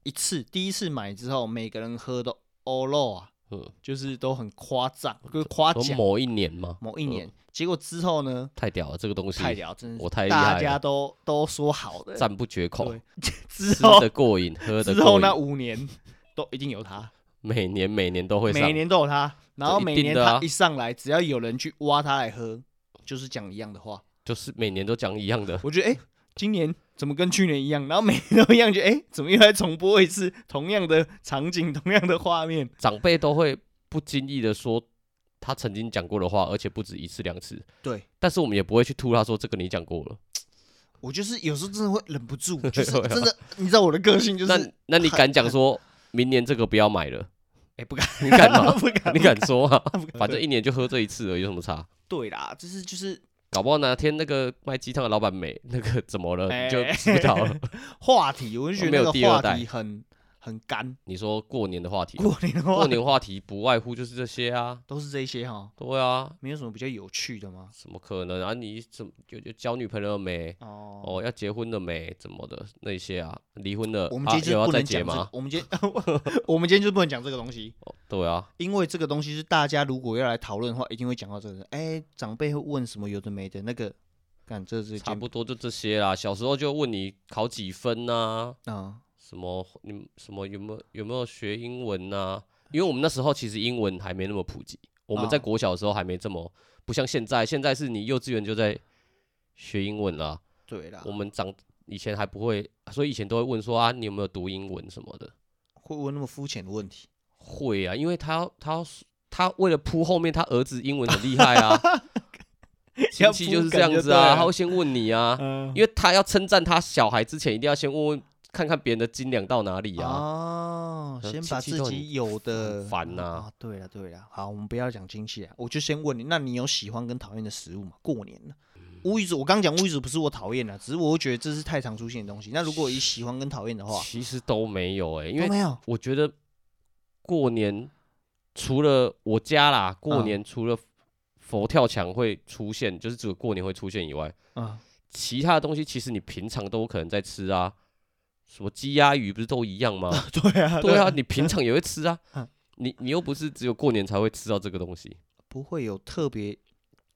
Speaker 3: 一次，第一次买之后，每个人喝的欧肉啊，
Speaker 2: 嗯，
Speaker 3: 就是都很夸张，就是夸
Speaker 2: 从
Speaker 3: 奖
Speaker 2: 某一年吗？
Speaker 3: 某一年。结果之后呢，
Speaker 2: 太屌了，这个东西
Speaker 3: 太屌，真的
Speaker 2: 嗯我
Speaker 3: 是
Speaker 2: 太厉害
Speaker 3: 大
Speaker 2: 了
Speaker 3: 家都都说好的，
Speaker 2: 赞不绝口
Speaker 3: 对，之
Speaker 2: 吃
Speaker 3: 后
Speaker 2: 的过 瘾，喝的
Speaker 3: 之后
Speaker 2: 过
Speaker 3: 那
Speaker 2: 瘾，
Speaker 3: 五年 都一定有他，
Speaker 2: 每年每年都会上
Speaker 3: 每，年都有他，然后
Speaker 2: 一
Speaker 3: 每
Speaker 2: 定
Speaker 3: 年
Speaker 2: 的啊
Speaker 3: 他一上来，只要有人去挖他来喝，就是讲一样的话。
Speaker 2: 就是每年都讲一样的。
Speaker 3: 我觉得哎、诶今年怎么跟去年一样？然后每年都一样，就哎、诶怎么又来重播一次同样的场景、同样的画面？
Speaker 2: 长辈都会不经意的说他曾经讲过的话，而且不止一次两次。
Speaker 3: 对
Speaker 2: 但是我们也不会去吐他说这个你讲过了。
Speaker 3: 我就是有时候真的会忍不 住，就是真的，你知道我的个性就是
Speaker 2: 那 那你敢讲说明年这个不要买了？
Speaker 3: 哎不敢，
Speaker 2: 你敢 吗？
Speaker 3: 不敢，
Speaker 2: 你敢说 啊？
Speaker 3: 不敢？
Speaker 2: 反正一年就喝这一次而已，有什么差？
Speaker 3: 对啦，就是就是
Speaker 2: 搞不好哪天那个卖鸡汤的老板没那个怎么了，
Speaker 3: 哎
Speaker 2: 你就知道 了。
Speaker 3: 话题，我就觉得那
Speaker 2: 我
Speaker 3: 个
Speaker 2: 没有第二
Speaker 3: 话
Speaker 2: 代
Speaker 3: 题很很干。
Speaker 2: 你说过年的话题，
Speaker 3: 过年的话
Speaker 2: 过年话题不外乎就是这些啊。
Speaker 3: 都是这些哈，
Speaker 2: 对啊，
Speaker 3: 没有什么比较有趣的吗？
Speaker 2: 怎么可能啊？你怎么就就交女朋友没？
Speaker 3: 哦，
Speaker 2: 哦，要结婚了没？怎么的那些啊？离婚了，
Speaker 3: 我们
Speaker 2: 啊
Speaker 3: 今天就
Speaker 2: 又
Speaker 3: 是
Speaker 2: 要
Speaker 3: 不
Speaker 2: 再
Speaker 3: 能
Speaker 2: 结
Speaker 3: 讲这
Speaker 2: 吗
Speaker 3: 个，？我们今天 我们今天就是不能讲这个东西，
Speaker 2: 哦对啊，
Speaker 3: 因为这个东西是大家如果要来讨论的话，一定会讲到这个。哎，长辈会问什么有的没的，那个，干这是
Speaker 2: 差不多就这些啦。小时候就问你考几分呐、
Speaker 3: 啊，
Speaker 2: 什么你们什么有没有有没有学英文呐、因为我们那时候其实英文还没那么普及，我们在
Speaker 3: 哦
Speaker 2: 国小的时候还没这么不像现在，现在是你幼稚园就在学英文
Speaker 3: 啊
Speaker 2: 啦。
Speaker 3: 对啦
Speaker 2: 我，们长以前还不会，所以以前都会问说啊，你有没有读英文什么的？
Speaker 3: 会问那么肤浅的问题，
Speaker 2: 会啊，因为他要他要他为了铺后面他儿子英文很厉害 啊，亲
Speaker 3: 要
Speaker 2: 戚
Speaker 3: 铺
Speaker 2: 就是这
Speaker 3: 梗
Speaker 2: 样
Speaker 3: 就
Speaker 2: 子
Speaker 3: 对
Speaker 2: 啊，
Speaker 3: 了
Speaker 2: 他会先问你啊，
Speaker 3: 嗯
Speaker 2: 因为他要称赞他小孩之前，一定要先问问看看别人的斤两到哪里啊。
Speaker 3: 哦，
Speaker 2: 呃
Speaker 3: 先
Speaker 2: 亲
Speaker 3: 把
Speaker 2: 戚
Speaker 3: 自
Speaker 2: 都很
Speaker 3: 己有的
Speaker 2: 很烦呐
Speaker 3: 啊，对了对了，好，我们不要讲亲戚啊，我就先问你，那你有喜欢跟讨厌的食物吗？过年呢？
Speaker 2: 嗯
Speaker 3: 乌鱼子，我刚讲乌鱼子不是我讨厌啊，只是我会觉得这是太常出现的东西。那如果以喜欢跟讨厌的话，
Speaker 2: 其实都没有哎、因
Speaker 3: 哦都
Speaker 2: 为
Speaker 3: 没有
Speaker 2: 我觉得过年除了我家啦，过
Speaker 3: 嗯
Speaker 2: 年除了佛跳墙会出现，就是只有过年会出现以外，
Speaker 3: 啊，
Speaker 2: 其他的东西其实你平常都有可能在吃啊，什么鸡鸭鱼不是都一样吗？
Speaker 3: 对 啊，
Speaker 2: 对啊，你平常也会吃啊
Speaker 3: 嗯，
Speaker 2: 你你又不是只有过年才会吃到这个东西，
Speaker 3: 不会有特别，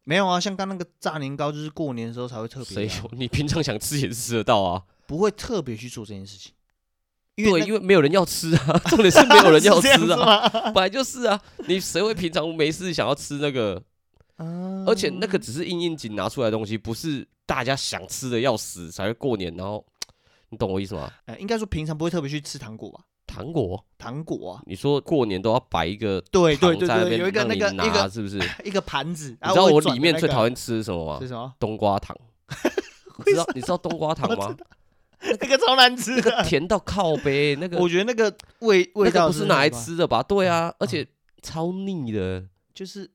Speaker 3: 没有啊，像刚那个炸年糕，就是过年的时候才会特别
Speaker 2: 谁
Speaker 3: 啊、
Speaker 2: 有？你 平常想吃也是吃得到啊，
Speaker 3: 不会特别去做这件事情，因为
Speaker 2: 对，
Speaker 3: 那
Speaker 2: 因为没有人要吃啊， 重点是没有人要
Speaker 3: 是
Speaker 2: 吃
Speaker 3: 这样子吗
Speaker 2: 啊，本来就是啊，你谁会平常没事想要吃那个？
Speaker 3: 啊
Speaker 2: 而且那个只是应应景拿出来的东西，不是大家想吃的要死才会过年，然后你懂我意思吗？
Speaker 3: 呃应该说平常不会特别去吃糖果吧，啊
Speaker 2: 糖果，
Speaker 3: 糖果啊，
Speaker 2: 你说过年都要摆一个
Speaker 3: 对对
Speaker 2: 糖
Speaker 3: 对
Speaker 2: 在那
Speaker 3: 对，
Speaker 2: 边
Speaker 3: 有一个
Speaker 2: 让
Speaker 3: 那
Speaker 2: 你
Speaker 3: 个一
Speaker 2: 拿，
Speaker 3: 个
Speaker 2: 是不是？你
Speaker 3: 一个盘子，
Speaker 2: 知道我里面最
Speaker 3: 厌
Speaker 2: 讨厌吃的是什么吗
Speaker 3: 是？什 么？
Speaker 2: 冬 瓜糖。你知道你知道冬瓜糖吗？
Speaker 3: 那个超难吃的，
Speaker 2: 甜到靠 背，那个
Speaker 3: 我觉得那个味味
Speaker 2: 那
Speaker 3: 道
Speaker 2: 个不是
Speaker 3: 真的
Speaker 2: 拿来
Speaker 3: 很棒，
Speaker 2: 吃的吧？对
Speaker 3: 嗯
Speaker 2: 啊，而且超腻的，
Speaker 3: 就是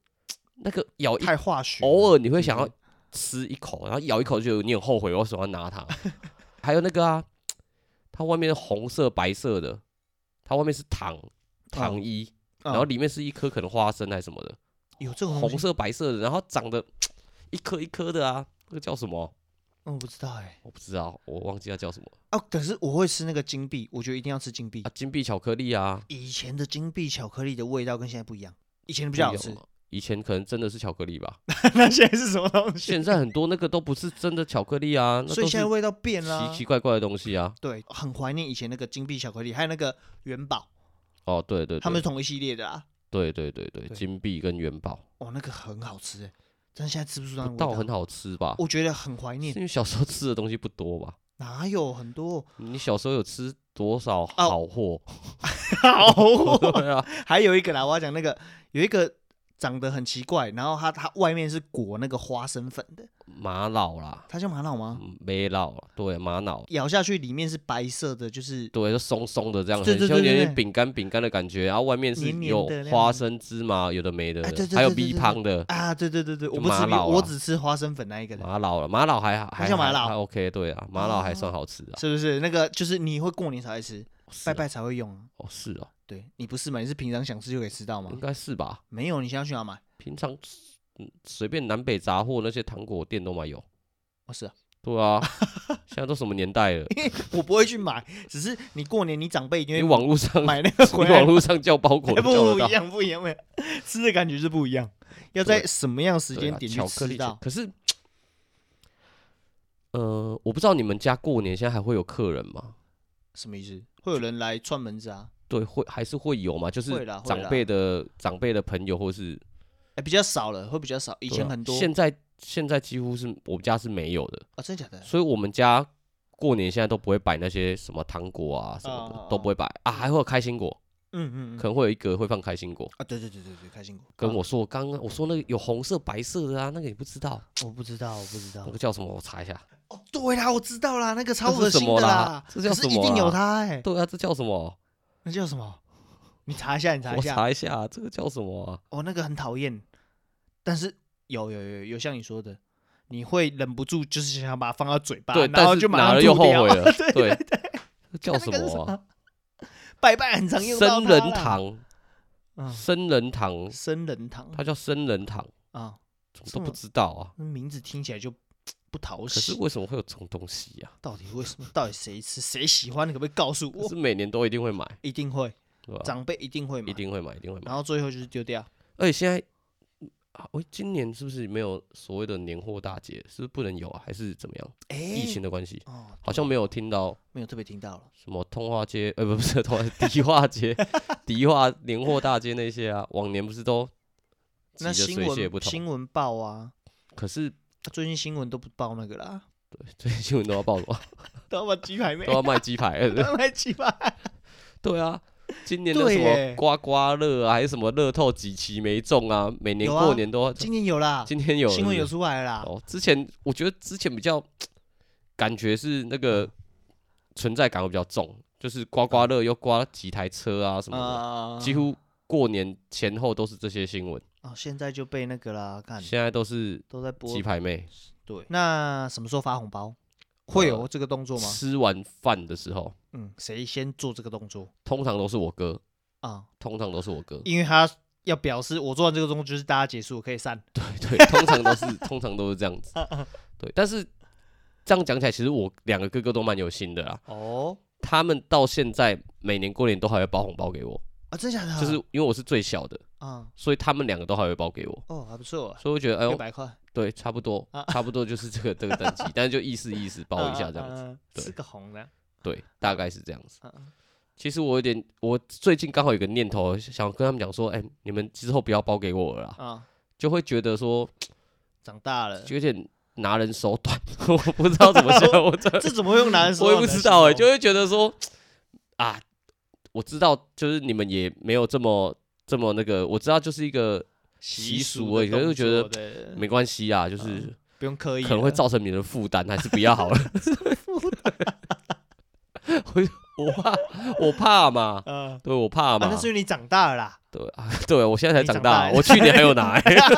Speaker 2: 那个咬一
Speaker 3: 太嗯化学了，
Speaker 2: 偶尔你会想要
Speaker 3: 对不
Speaker 2: 吃一口，然后咬一口就有你很后悔，我为什么要拿它？还有那个啊，它外面是红色、白色的，它外面是糖糖衣，
Speaker 3: 嗯
Speaker 2: 然后里面是一颗可能花生还是什么的，
Speaker 3: 有这种
Speaker 2: 红，色、白色的，然后长得一颗一颗的啊，那个叫什么？
Speaker 3: 嗯我不知道哎、
Speaker 2: 我不知道，我忘记它叫什么
Speaker 3: 哦，可是我会吃那个金币，我觉得一定要吃金币
Speaker 2: 啊，。金币巧克力啊，
Speaker 3: 以前的金币巧克力的味道跟现在不一样，以前的
Speaker 2: 不
Speaker 3: 比较好
Speaker 2: 一样
Speaker 3: 吃，
Speaker 2: 吗以前可能真的是巧克力吧，
Speaker 3: 那现在是什么东西？
Speaker 2: 现在很多那个都不是真的巧克 力啊，那
Speaker 3: 所
Speaker 2: 都
Speaker 3: 以
Speaker 2: 是
Speaker 3: 现在味道变了、
Speaker 2: 奇奇怪怪的东西啊。
Speaker 3: 对，很怀念以前那个金币巧克力，还有那个元宝，
Speaker 2: 哦，对对，
Speaker 3: 他们
Speaker 2: 对
Speaker 3: 是同一系列的啊。
Speaker 2: 对对对对，
Speaker 3: 对
Speaker 2: 金币跟元宝。
Speaker 3: 哦，那个很好吃哎、但现在吃不出那个
Speaker 2: 不
Speaker 3: 味
Speaker 2: 到
Speaker 3: 道，
Speaker 2: 很好吃吧？
Speaker 3: 我觉得很怀
Speaker 2: 是
Speaker 3: 念。
Speaker 2: 因为小时候吃的东西不多吧？
Speaker 3: 哪有很多
Speaker 2: 你小时候有吃多少
Speaker 3: 哦
Speaker 2: 好 货？
Speaker 3: 好？
Speaker 2: 对啊，
Speaker 3: 还有一个啦，我要讲那个有一个长得很奇怪，然后它它外面是裹那个花生粉的，
Speaker 2: 玛瑙啦，
Speaker 3: 它叫玛瑙吗？
Speaker 2: 嗯没脑啦，对，玛瑙，
Speaker 3: 咬下去里面是白色的，就是
Speaker 2: 对，就松松的这样，
Speaker 3: 对
Speaker 2: 很
Speaker 3: 对
Speaker 2: 像有
Speaker 3: 对对对
Speaker 2: 点饼干饼干的感觉，然后外面是
Speaker 3: 黏黏
Speaker 2: 有
Speaker 3: 的那
Speaker 2: 花
Speaker 3: 样
Speaker 2: 生、芝麻，有的没的
Speaker 3: 哎对，对
Speaker 2: 还有
Speaker 3: 对对
Speaker 2: 米
Speaker 3: 对
Speaker 2: 汤的
Speaker 3: 啊，对对对对，我不
Speaker 2: 玛
Speaker 3: 吃米，
Speaker 2: 瑙啊
Speaker 3: 我只吃花生粉那一个的，
Speaker 2: 玛瑙了，玛瑙还还
Speaker 3: 像玛
Speaker 2: 还
Speaker 3: 瑙
Speaker 2: 还 OK，对啊，玛瑙还算好吃啊，
Speaker 3: 是不是？那个就是你会过年才会吃，
Speaker 2: 是
Speaker 3: 拜
Speaker 2: 啊
Speaker 3: 拜才会用啊。
Speaker 2: 哦，是哦，
Speaker 3: 对你不是嘛？你是平常想吃就可以吃到吗
Speaker 2: 应？该是吧？
Speaker 3: 没有，你现在去哪买？
Speaker 2: 平常嗯随便南北杂货那些糖果店都买有，
Speaker 3: 哦，是啊，
Speaker 2: 对啊，现在都什么年代了？
Speaker 3: 我不会去买，只是你过年你长辈一定
Speaker 2: 你
Speaker 3: 会
Speaker 2: 网络上，
Speaker 3: 买那个
Speaker 2: 你
Speaker 3: 回来
Speaker 2: 网络上叫包裹
Speaker 3: 哎
Speaker 2: 都
Speaker 3: 不
Speaker 2: 叫
Speaker 3: 不
Speaker 2: 得
Speaker 3: 一
Speaker 2: 到。
Speaker 3: 样，不一样，不一样，吃的感觉是不一样。要在
Speaker 2: 对
Speaker 3: 什么样时
Speaker 2: 对
Speaker 3: 间
Speaker 2: 啊
Speaker 3: 点去
Speaker 2: 巧克
Speaker 3: 吃
Speaker 2: 力
Speaker 3: 到？
Speaker 2: 可是，呃，我不知道你们家过年现在还会有客人吗？
Speaker 3: 什么意思？会有人来串门子啊？
Speaker 2: 对，会还是会有嘛？就
Speaker 3: 会
Speaker 2: 是
Speaker 3: 啦会啦
Speaker 2: 长辈的长辈的朋友，或是
Speaker 3: 哎，比较少了，会比较少。以
Speaker 2: 以
Speaker 3: 前很多
Speaker 2: 啊现在现在几乎是我们家是没有的，
Speaker 3: 啊，真的假的？
Speaker 2: 所以我们家过年现在都不会摆那些什么糖果啊什么的，
Speaker 3: 啊啊啊
Speaker 2: 都不会摆啊，还会有开心果，
Speaker 3: 嗯嗯
Speaker 2: 可
Speaker 3: 嗯。
Speaker 2: 能会有一格会放开心果。
Speaker 3: 啊，对对对对对，开心果。
Speaker 2: 跟
Speaker 3: 啊
Speaker 2: 我说，刚刚我说那个有红色、白色的啊，那个你不知道，
Speaker 3: 我不知道，我不知道
Speaker 2: 那个。叫什么？我查一下。
Speaker 3: 哦，对啦，我知道啦，那个超
Speaker 2: 这
Speaker 3: 恶
Speaker 2: 是什
Speaker 3: 心
Speaker 2: 么
Speaker 3: 的
Speaker 2: 啦这
Speaker 3: 可
Speaker 2: 叫
Speaker 3: 是
Speaker 2: 什
Speaker 3: 一
Speaker 2: 么
Speaker 3: 定有
Speaker 2: 啊
Speaker 3: 它哎。
Speaker 2: 对啊，这叫什么？
Speaker 3: 那叫什么？你查一下，你查一
Speaker 2: 我
Speaker 3: 下。
Speaker 2: 查一下，这个叫什么啊？
Speaker 3: 哦，那个很讨厌，但是有有有有像你说的，你会忍不住就是想要把它放到嘴巴，
Speaker 2: 对，
Speaker 3: 然
Speaker 2: 但
Speaker 3: 后
Speaker 2: 是
Speaker 3: 就马
Speaker 2: 拿
Speaker 3: 上
Speaker 2: 了又
Speaker 3: 吐
Speaker 2: 后
Speaker 3: 掉
Speaker 2: 悔了。
Speaker 3: 对
Speaker 2: 对
Speaker 3: 对，
Speaker 2: 这叫什
Speaker 3: 那个是
Speaker 2: 么啊？
Speaker 3: 拜拜很常用到
Speaker 2: 生
Speaker 3: 它
Speaker 2: 人
Speaker 3: 啦，
Speaker 2: 糖，
Speaker 3: 嗯，
Speaker 2: 生人糖，
Speaker 3: 生人糖
Speaker 2: 它叫生人糖，
Speaker 3: 啊，
Speaker 2: 怎么
Speaker 3: 这
Speaker 2: 都不
Speaker 3: 么
Speaker 2: 知道啊？
Speaker 3: 那名字听起来就不讨
Speaker 2: 可是
Speaker 3: 喜。
Speaker 2: 为什么会有这种东西呀？
Speaker 3: 到底为什么？到底谁吃谁喜欢？你可不可以告诉
Speaker 2: 可
Speaker 3: 我？
Speaker 2: 是每年都一定会买，
Speaker 3: 一定会，
Speaker 2: 对吧？
Speaker 3: 长辈一定会
Speaker 2: 一
Speaker 3: 买，
Speaker 2: 定会买，一定会买
Speaker 3: 然。后最后就是丢掉。
Speaker 2: 而且现在，啊喂，今年是不是没有所谓的年货大节？是不是不能有啊？还是怎么样？
Speaker 3: 哎，
Speaker 2: 疫情的关系，
Speaker 3: 哦，
Speaker 2: 好像没有听到
Speaker 3: 没有特别听到了。
Speaker 2: 什么通化街，呃，不不是通化街，迪化街、 迪化年货大街那些啊。往年不是都急
Speaker 3: 那
Speaker 2: 着
Speaker 3: 新
Speaker 2: 水泄不
Speaker 3: 闻
Speaker 2: 通，
Speaker 3: 新闻报啊，
Speaker 2: 可是
Speaker 3: 最近新闻都不报那个啦，
Speaker 2: 最近新闻都要报什么？
Speaker 3: 都要把鸡排妹
Speaker 2: 都要卖鸡排，
Speaker 3: 都要卖鸡排。
Speaker 2: 对啊。今年的
Speaker 3: 对
Speaker 2: 什
Speaker 3: 耶
Speaker 2: 么刮刮乐啊，还是什么乐透几期没中啊？每年
Speaker 3: 有啊
Speaker 2: 过年都
Speaker 3: 今年有啦，
Speaker 2: 今天有
Speaker 3: 新闻
Speaker 2: 是不是
Speaker 3: 有出来了啦。啊
Speaker 2: 哦，之前我觉得之前比较感觉是那
Speaker 3: 嗯
Speaker 2: 个存在感会比较重，就是刮刮乐又刮几台车啊什么的，
Speaker 3: 啊
Speaker 2: 几乎过年前后都是这些新闻，
Speaker 3: 哦，现在就被那个啦，看
Speaker 2: 现在都是
Speaker 3: 都在播
Speaker 2: 鸡。排妹
Speaker 3: 对，那什么时候发红包？会有
Speaker 2: 呃
Speaker 3: 这个动作吗？
Speaker 2: 吃完饭的时候，
Speaker 3: 嗯，谁先做这个动作
Speaker 2: 通常都是我哥，
Speaker 3: 啊？
Speaker 2: 通常都是我哥，
Speaker 3: 因为他要表示我做完这个动作就是大家结束，可以散。
Speaker 2: 对，通常都是通常都是这 样子，
Speaker 3: 嗯
Speaker 2: 对，但是这样讲起来，其实我两个哥哥都蛮有心的啦，
Speaker 3: 哦，
Speaker 2: 他们到现在每年过年都还会包红包给我，
Speaker 3: 啊，真假的？
Speaker 2: 就是因为我是最小的。
Speaker 3: 啊，
Speaker 2: 所以他们两个都还会包给我，
Speaker 3: 哦，还不错啊，
Speaker 2: 所以我觉得哎
Speaker 3: 六
Speaker 2: 呦，
Speaker 3: 百啊块
Speaker 2: 对，差不多，差不多就是这个这个等 级，但是就意思意思包一
Speaker 3: 啊
Speaker 2: 下这样子，
Speaker 3: 子，
Speaker 2: 对
Speaker 3: 吃个红的。
Speaker 2: 对，大概是这样子
Speaker 3: 啊啊。
Speaker 2: 其实我有点，我最近刚好有个念头，想跟他们讲说，哎，你们之后不要包给我了啦，
Speaker 3: 啊，呃
Speaker 2: 就会觉得说
Speaker 3: 长大了，
Speaker 2: 有点拿人手短，我不知道怎么讲，我这
Speaker 3: 这怎么会用男人手
Speaker 2: 我也
Speaker 3: 来
Speaker 2: 不
Speaker 3: 形
Speaker 2: 知道哎，
Speaker 3: 容
Speaker 2: 就会觉得说啊，我知道，就是你们也没有这么这么那个，我知道就是一个习俗欸
Speaker 3: 的
Speaker 2: 而已可是
Speaker 3: 动
Speaker 2: 就觉得
Speaker 3: 作对
Speaker 2: 没关系啊，就是。
Speaker 3: 不用刻意了，啊
Speaker 2: 可能会造成你的负担，还是不要 好了。我我怕我怕嘛，
Speaker 3: 啊。
Speaker 2: 对我怕
Speaker 3: 啊，
Speaker 2: 嘛
Speaker 3: 那，是因为你长大了啦。
Speaker 2: 对啊，对我现在才
Speaker 3: 你
Speaker 2: 长
Speaker 3: 长
Speaker 2: 大
Speaker 3: 大，了
Speaker 2: 我去年还有 拿欸，啊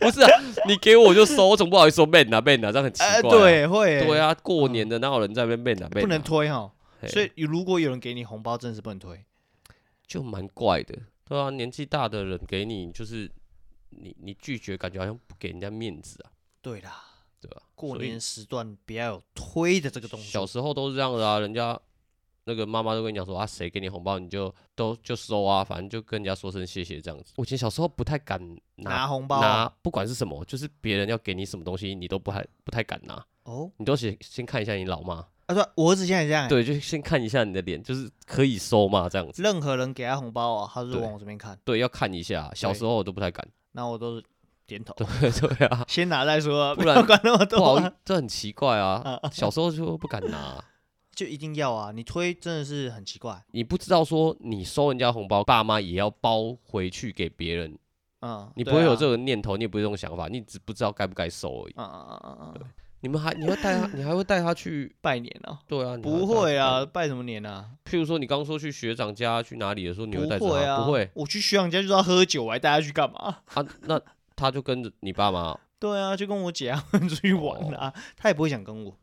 Speaker 2: 不是啊，你给我就收，我总不好意思说 man 啊 man 啊，这样很奇
Speaker 3: 呃，
Speaker 2: 怪。，
Speaker 3: 对，会，
Speaker 2: 对，啊，过年的哪有人在那边 man 啊 man，啊
Speaker 3: 不能，推哈。
Speaker 2: 嘿
Speaker 3: 所以如果有人给你红包，真的是不能推。
Speaker 2: 就蛮怪的。对啊，年纪大的人给你就是你你拒绝，感觉好像不给人家面子啊，
Speaker 3: 对啦，
Speaker 2: 对吧？
Speaker 3: 过
Speaker 2: 所以
Speaker 3: 年时段不要有推的这个动
Speaker 2: 小
Speaker 3: 作。
Speaker 2: 时候都是这样的啊，人家那个妈妈都跟你讲说啊，谁给你红包你就都就收啊，反正就跟人家说声谢谢这样子。我以前小时候不太敢拿
Speaker 3: 拿红包啊
Speaker 2: 拿不管是什么，就是别人要给你什么东西，你都不太不太敢拿，
Speaker 3: 哦，
Speaker 2: 你都先先看一下你老妈，
Speaker 3: 他说我儿子现在这样欸，
Speaker 2: 对，就先看一下你的脸，就是可以收嘛这样子，
Speaker 3: 任何人给他红包啊，他就
Speaker 2: 对
Speaker 3: 往我这边看，
Speaker 2: 对，要看一下。小时候我都不太敢，
Speaker 3: 那我都是点头，
Speaker 2: 对 啊，
Speaker 3: 先拿再说啊，
Speaker 2: 不
Speaker 3: 不要
Speaker 2: 然
Speaker 3: 管那么
Speaker 2: 不好
Speaker 3: 多
Speaker 2: 意
Speaker 3: 啊，，
Speaker 2: 这很奇怪啊，小时候就不敢拿啊、
Speaker 3: 就一定要啊，你推真的是很奇怪。
Speaker 2: 你不知道说你收人家红包，爸妈也要包回去给别人，
Speaker 3: 嗯，
Speaker 2: 你不
Speaker 3: 对
Speaker 2: 会有
Speaker 3: 啊
Speaker 2: 这，个念头，你也不会有这种想法，你只不知道该不该收而已。
Speaker 3: 嗯嗯嗯嗯嗯，
Speaker 2: 你们还你会带他，你还会带他去？
Speaker 3: 拜年哦，
Speaker 2: 对啊，你还
Speaker 3: 不
Speaker 2: 带他
Speaker 3: 会啊，
Speaker 2: 去
Speaker 3: 拜什么年啊？
Speaker 2: 干嘛。譬如说，你刚说去学长家去哪里的时候，你会带着
Speaker 3: 会
Speaker 2: 他？
Speaker 3: 啊，
Speaker 2: 不会
Speaker 3: 我去学长家就知道喝酒，我还带他去干嘛？
Speaker 2: 啊，那他就跟着你爸妈，
Speaker 3: 对啊， 就跟我姐他们出去玩啦、他也不会想跟我，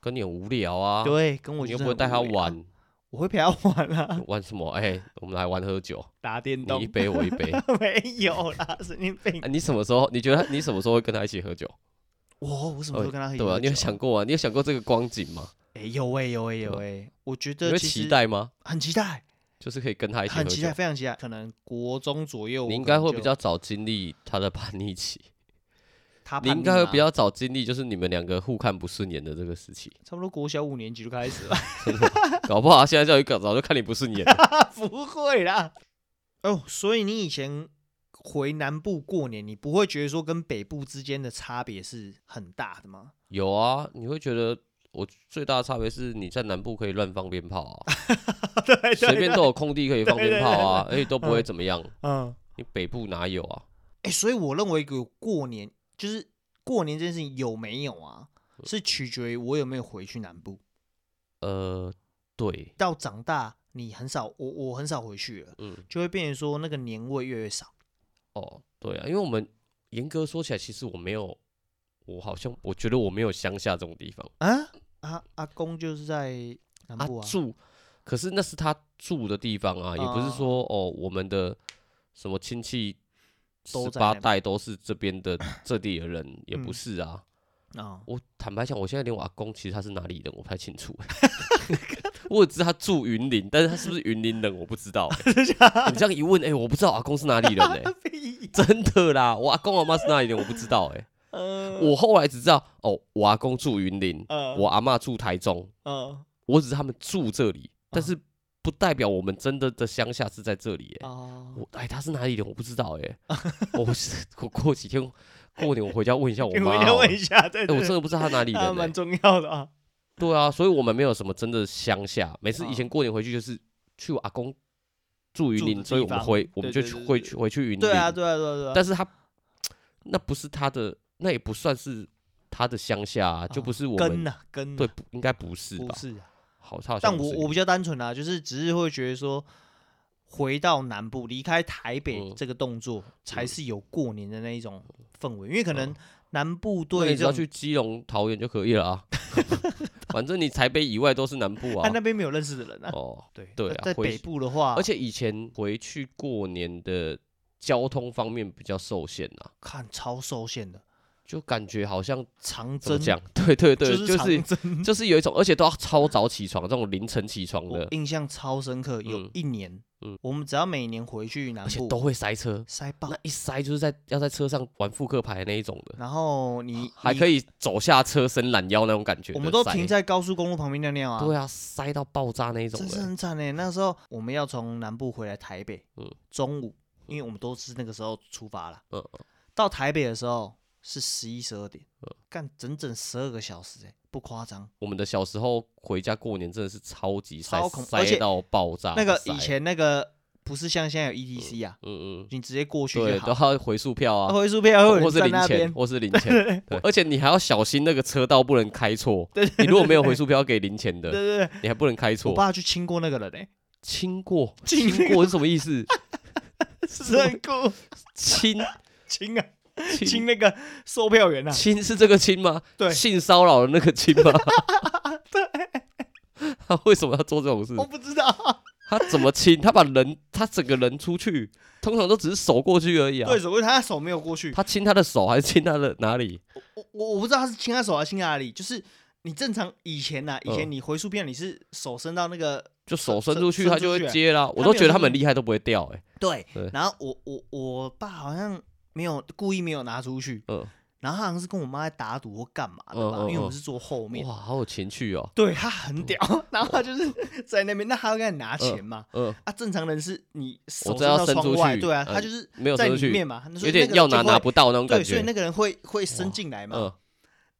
Speaker 2: 跟你很无聊哦啊。
Speaker 3: 对，跟我
Speaker 2: 你
Speaker 3: 就
Speaker 2: 又
Speaker 3: 是
Speaker 2: 不会
Speaker 3: 很
Speaker 2: 带他
Speaker 3: 无聊，
Speaker 2: 玩
Speaker 3: 我会陪他玩啊，
Speaker 2: 玩什么？哎、我们来玩喝酒，
Speaker 3: 打电
Speaker 2: 你
Speaker 3: 动
Speaker 2: 一杯我一 杯。啊
Speaker 3: 没有啦，神经病
Speaker 2: 啊、，你什么时候？你觉得你什么时候会跟他一起喝酒？
Speaker 3: 我我什么时候跟他哎喝饮
Speaker 2: 对
Speaker 3: 料
Speaker 2: 啊，
Speaker 3: 酒？
Speaker 2: 你有想过啊？你有想过这个光景吗？
Speaker 3: 哎、有哎、有哎、有
Speaker 2: 对吧啊
Speaker 3: 哎、我觉
Speaker 2: 你
Speaker 3: 得
Speaker 2: 会
Speaker 3: 其
Speaker 2: 期
Speaker 3: 实
Speaker 2: 待吗？
Speaker 3: 很期待，
Speaker 2: 就是可以跟他一起喝
Speaker 3: 很期
Speaker 2: 酒
Speaker 3: 待，，非常期待。可能国中左右，
Speaker 2: 你
Speaker 3: 我
Speaker 2: 应
Speaker 3: 可
Speaker 2: 该
Speaker 3: 能
Speaker 2: 会
Speaker 3: 就
Speaker 2: 比较早经历他的叛逆期，
Speaker 3: 他啊
Speaker 2: 你
Speaker 3: 叛
Speaker 2: 应
Speaker 3: 逆
Speaker 2: 该会
Speaker 3: 嘛
Speaker 2: 比较早经历，就是你们两个互看不顺眼的这个时期。
Speaker 3: 差不多国小五年级就开始了，
Speaker 2: 搞不好啊他现在叫一个早就看你不顺眼 了。
Speaker 3: 不会啦。哦，所以你以前回南部过年，你不会觉得说跟北部之间的差别是很大的吗？
Speaker 2: 有啊，你会觉得我最大的差别是你在南部可以乱放鞭炮啊，
Speaker 3: 对
Speaker 2: 随便都有空地可以放鞭炮啊，而且都不会
Speaker 3: 嗯
Speaker 2: 怎么样。
Speaker 3: 嗯，
Speaker 2: 你北部哪有啊？
Speaker 3: 哎、所以我认为有过年就是过年这件事情有没有啊，
Speaker 2: 嗯
Speaker 3: 是取决于我有没有回去南部。
Speaker 2: 呃，对，
Speaker 3: 到长大，你很少，我我很少回去了，
Speaker 2: 嗯，
Speaker 3: 就会变成说那个年味越来越少。
Speaker 2: 哦，对啊，因为我们严格说起来，其实我没有，我好像我觉得我没有乡下这种地方
Speaker 3: 啊啊！阿公就是在南部啊，
Speaker 2: 住，可是那是他住的地方啊，也不是说哦我们的什么亲戚
Speaker 3: 都
Speaker 2: 十
Speaker 3: 在那
Speaker 2: 八
Speaker 3: 边
Speaker 2: 代都是这边的这地的人，也不
Speaker 3: 嗯
Speaker 2: 是啊。
Speaker 3: 啊、
Speaker 2: 我坦白讲，我现在连我阿公其实他是哪里人我不太清楚 欸，我只知道他住云林，但是他是不是云林人我不知 道欸、你这样一问，哎、我不知道我阿公是哪里人哎、真的啦，我阿公我妈是哪里人我不知道 哎、
Speaker 3: 呃
Speaker 2: 我后来只知道哦，我阿公住云林，
Speaker 3: 呃
Speaker 2: 我阿嬷住台中，
Speaker 3: 呃
Speaker 2: 我只是他们住这里，
Speaker 3: 嗯
Speaker 2: 但是不代表我们真的的乡下是在这里、欸。
Speaker 3: 哦，
Speaker 2: 我哎，他是哪里人我不知道哎、我是我过几天过年我回家问 一下我
Speaker 3: 你
Speaker 2: 妈
Speaker 3: 们
Speaker 2: 好
Speaker 3: 要
Speaker 2: 了，
Speaker 3: 问一下，对
Speaker 2: 哎，我
Speaker 3: 对
Speaker 2: 真的不知道他哪里人、
Speaker 3: 还
Speaker 2: 欸
Speaker 3: 蛮。重要的啊。
Speaker 2: 对啊，所以我们没有什么真的乡下。每次以前过年回去就是去我阿公住云
Speaker 3: 嗯住
Speaker 2: 林，
Speaker 3: 的
Speaker 2: 所以
Speaker 3: 地
Speaker 2: 我们
Speaker 3: 方
Speaker 2: 回我
Speaker 3: 对
Speaker 2: 们就
Speaker 3: 对
Speaker 2: 去
Speaker 3: 对
Speaker 2: 回
Speaker 3: 对
Speaker 2: 去回去云林。
Speaker 3: 对啊，对啊，对啊，对啊。
Speaker 2: 但是他那不是他的，那也不算是他的乡下、啊，就不
Speaker 3: 啊
Speaker 2: 是我
Speaker 3: 根
Speaker 2: 们、
Speaker 3: 呐、根啊、
Speaker 2: 对，不应该不是吧
Speaker 3: 不？是啊。
Speaker 2: 好，他好像
Speaker 3: 但
Speaker 2: 不
Speaker 3: 我
Speaker 2: 是
Speaker 3: 我比较单纯啊，就是只是会觉得说，回到南部，离开台北
Speaker 2: 嗯
Speaker 3: 这个动作，才
Speaker 2: 嗯
Speaker 3: 是有过年的那一种氛围，因为可能
Speaker 2: 嗯
Speaker 3: 南部
Speaker 2: 那
Speaker 3: 对
Speaker 2: 你只要
Speaker 3: 这
Speaker 2: 去
Speaker 3: 种，
Speaker 2: 基隆、桃园就可以 了啊。反正你台北以外都是南部
Speaker 3: 他
Speaker 2: 啊。
Speaker 3: 那边没有认识的人啊。
Speaker 2: 哦，
Speaker 3: 对
Speaker 2: 对
Speaker 3: 那
Speaker 2: 啊
Speaker 3: 在
Speaker 2: 回
Speaker 3: 北部的话，
Speaker 2: 而且以前回去过年的交通方面比较受限啊，
Speaker 3: 看超受限的
Speaker 2: 就感觉好像
Speaker 3: 长
Speaker 2: 怎么
Speaker 3: 征，
Speaker 2: 讲？对 对对，
Speaker 3: 就
Speaker 2: 就是是
Speaker 3: 长 征。
Speaker 2: 就是有一种，而且都要超早起床，这种凌晨起床
Speaker 3: 我
Speaker 2: 的，
Speaker 3: 印象超深刻，有
Speaker 2: 嗯
Speaker 3: 一年，
Speaker 2: 嗯
Speaker 3: 我们只要每年回去南
Speaker 2: 而且
Speaker 3: 部
Speaker 2: 都会塞车，
Speaker 3: 塞爆
Speaker 2: 那，一塞就是在要在车上玩复刻牌那一种的，啊
Speaker 3: 然后你
Speaker 2: 还可
Speaker 3: 以，
Speaker 2: 以走下车伸懒腰那种感觉的塞。
Speaker 3: 我们都停在高速公路旁边尿尿啊，
Speaker 2: 对啊，塞到爆炸那一种
Speaker 3: 真是
Speaker 2: 的，
Speaker 3: 很惨哎。那时候我们要从南部回来台北，
Speaker 2: 嗯
Speaker 3: 中午，因为我们都是那个时候出发了，
Speaker 2: 嗯
Speaker 3: 到台北的时候是十一十二点，干整整十二个小时哎，不夸张。
Speaker 2: 我们的小时候回家过年真的是超级塞
Speaker 3: 超，恐而
Speaker 2: 塞
Speaker 3: 且
Speaker 2: 到爆炸。
Speaker 3: 那个
Speaker 2: 啊塞
Speaker 3: 以，前那个不是像现在有 ETC 啊，
Speaker 2: 嗯嗯，
Speaker 3: 你直接过去
Speaker 2: 对，
Speaker 3: 就
Speaker 2: 都
Speaker 3: 好，
Speaker 2: 要回数票
Speaker 3: 啊
Speaker 2: 啊，
Speaker 3: 回数票会有
Speaker 2: 或
Speaker 3: 人
Speaker 2: 是
Speaker 3: 在
Speaker 2: 零
Speaker 3: 那边
Speaker 2: 钱，，或是零 钱，对而且你还要小心那个车道不能开错，你如果没有回数票要给零钱
Speaker 3: 对
Speaker 2: 的，
Speaker 3: 对对，
Speaker 2: 你还不能开
Speaker 3: 我
Speaker 2: 错。
Speaker 3: 爸去亲过那个人 哎、
Speaker 2: 亲过，
Speaker 3: 亲
Speaker 2: 亲过是什么意思？
Speaker 3: 是很过
Speaker 2: 亲
Speaker 3: 亲啊，亲
Speaker 2: 亲
Speaker 3: 那个售票员啊，
Speaker 2: 亲是这个亲吗？
Speaker 3: 对
Speaker 2: 性骚扰的那个亲 吗？对。 他为什么要做这种事
Speaker 3: 我？不知道，
Speaker 2: 他怎么亲？他把人，他整个人出去，通常都只是手过去而已啊
Speaker 3: 对。手，因为他手没有过去，
Speaker 2: 他亲他的手还是亲他的哪里？
Speaker 3: 我我我不知道他是亲他手还是亲哪里，就是你正常以前呐、以前
Speaker 2: 嗯
Speaker 3: 你回数片你是手伸到那个
Speaker 2: 就手
Speaker 3: 伸
Speaker 2: 伸出去，
Speaker 3: 伸
Speaker 2: 他就
Speaker 3: 出去
Speaker 2: 会
Speaker 3: 啊
Speaker 2: 接啦。
Speaker 3: 他
Speaker 2: 我
Speaker 3: 没有
Speaker 2: 都觉得他
Speaker 3: 伸
Speaker 2: 们
Speaker 3: 出
Speaker 2: 厉害都不会掉，哎，
Speaker 3: 对
Speaker 2: 对，
Speaker 3: 然后我我我爸好像没有故意没有拿出去，
Speaker 2: 嗯，
Speaker 3: 然后他好像是跟我妈在打赌或干嘛的吧，
Speaker 2: 嗯嗯
Speaker 3: 因为我
Speaker 2: 嗯
Speaker 3: 们是坐后面。
Speaker 2: 哇，好有情趣哦。
Speaker 3: 对他很屌， 然后他就是在那边，那他要跟你拿钱嘛？
Speaker 2: 嗯，
Speaker 3: 啊，正常人是你手伸
Speaker 2: 我知道
Speaker 3: 到
Speaker 2: 伸
Speaker 3: 窗
Speaker 2: 出
Speaker 3: 外，
Speaker 2: 去
Speaker 3: 对啊，
Speaker 2: 嗯
Speaker 3: 他就是
Speaker 2: 没有
Speaker 3: 在
Speaker 2: 伸出
Speaker 3: 里
Speaker 2: 去
Speaker 3: 面，嘛，所以那
Speaker 2: 有点
Speaker 3: 个
Speaker 2: 要
Speaker 3: 人就
Speaker 2: 拿拿
Speaker 3: 会
Speaker 2: 不到那种感
Speaker 3: 对，所以
Speaker 2: 觉。
Speaker 3: 那个人会会伸进来嘛
Speaker 2: 嗯。，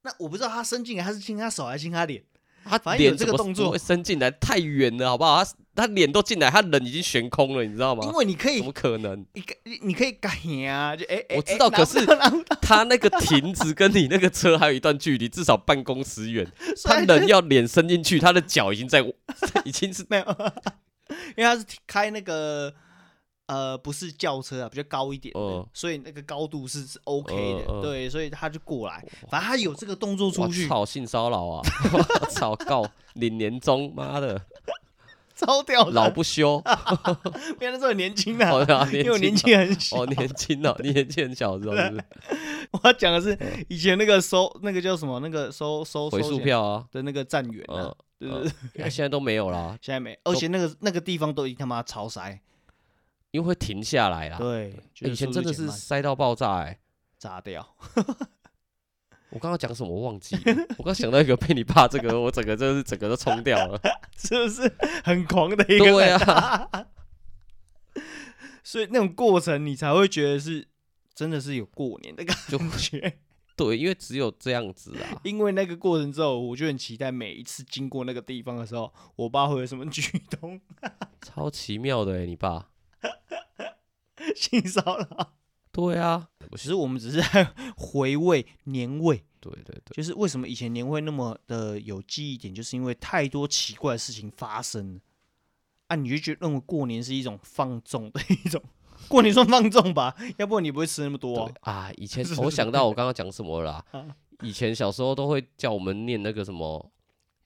Speaker 3: 那我不知道他伸进来，他是亲他手还是亲他脸？
Speaker 2: 他
Speaker 3: 反正有
Speaker 2: 脸
Speaker 3: 这
Speaker 2: 怎
Speaker 3: 个
Speaker 2: 么
Speaker 3: 动
Speaker 2: 怎么
Speaker 3: 作
Speaker 2: 会伸进来太远了，好不好？他他脸都进来，他人已经悬空了，你知道
Speaker 3: 因
Speaker 2: 吗？
Speaker 3: 为你可
Speaker 2: 怎
Speaker 3: 以
Speaker 2: 么可能？
Speaker 3: 你可以你可以改呀、就哎、哎
Speaker 2: 我
Speaker 3: 哎
Speaker 2: 知道
Speaker 3: 拿
Speaker 2: 可
Speaker 3: 不
Speaker 2: 是
Speaker 3: 到拿不到
Speaker 2: 他那个停止跟你那个车还有一段距离，至少半公尺远。
Speaker 3: 所
Speaker 2: 他
Speaker 3: 以
Speaker 2: 人要脸伸进去，他的脚已经在， 已经是
Speaker 3: 没有， 因为他是开那个呃不是轿车啊，比较高一点的，
Speaker 2: 嗯
Speaker 3: 所以那个高度是是 OK 的，
Speaker 2: 嗯嗯
Speaker 3: 对，所以他就过来，反正他有这个动作
Speaker 2: 我
Speaker 3: 出去，
Speaker 2: 操性骚扰啊！我操告领年终，妈的！
Speaker 3: 超屌的，
Speaker 2: 老不休，
Speaker 3: 别人说很年轻啊，
Speaker 2: 好的 啊，
Speaker 3: 因为我年
Speaker 2: 年轻
Speaker 3: 纪很小。
Speaker 2: 哦，年轻哦，你年纪很小是吧？是不是
Speaker 3: 我要讲的是以前那个收那个叫什么那个收收
Speaker 2: 嗯回
Speaker 3: 收
Speaker 2: 数
Speaker 3: 钱
Speaker 2: 票啊，
Speaker 3: 的那个站员啊对
Speaker 2: 嗯，，
Speaker 3: 对对，
Speaker 2: 啊现在都没有啦，
Speaker 3: 现在没，而且那个那个地方都已经他妈超塞，
Speaker 2: 因为会停下来啦。
Speaker 3: 对，觉
Speaker 2: 欸
Speaker 3: 得
Speaker 2: 以前
Speaker 3: 速
Speaker 2: 真
Speaker 3: 度
Speaker 2: 的
Speaker 3: 减
Speaker 2: 是
Speaker 3: 慢
Speaker 2: 塞到爆炸哎。
Speaker 3: 炸掉，
Speaker 2: 我刚刚讲什么我忘记了， 我刚想到一个被你爸这个，我 整个真的是整个都冲掉了。
Speaker 3: 是不是很狂的 一个？
Speaker 2: 对啊，
Speaker 3: 所以那种过程你才会觉得是真的是有过年的感觉，
Speaker 2: 对，因为只有这样子啊。
Speaker 3: 因为那个过程之后，我就很期待每一次经过那个地方的时候，我爸会有什么 举动，
Speaker 2: 超奇妙的哎、你爸。
Speaker 3: 性骚扰。
Speaker 2: 对啊，
Speaker 3: 其实我们只是在回味年味，
Speaker 2: 对对对，
Speaker 3: 就是为什么以前年会那么的有记忆点，就是因为太多奇怪的事情发生了啊，你就觉得认为过年是一种放纵的一种， 过年算放纵吧，要不然你不会吃那么多啊、
Speaker 2: 对啊，以 前
Speaker 3: 是
Speaker 2: 我
Speaker 3: 是
Speaker 2: 想到我刚刚讲什么了啦
Speaker 3: 啊。
Speaker 2: 以前小时候都会叫我们念那个什么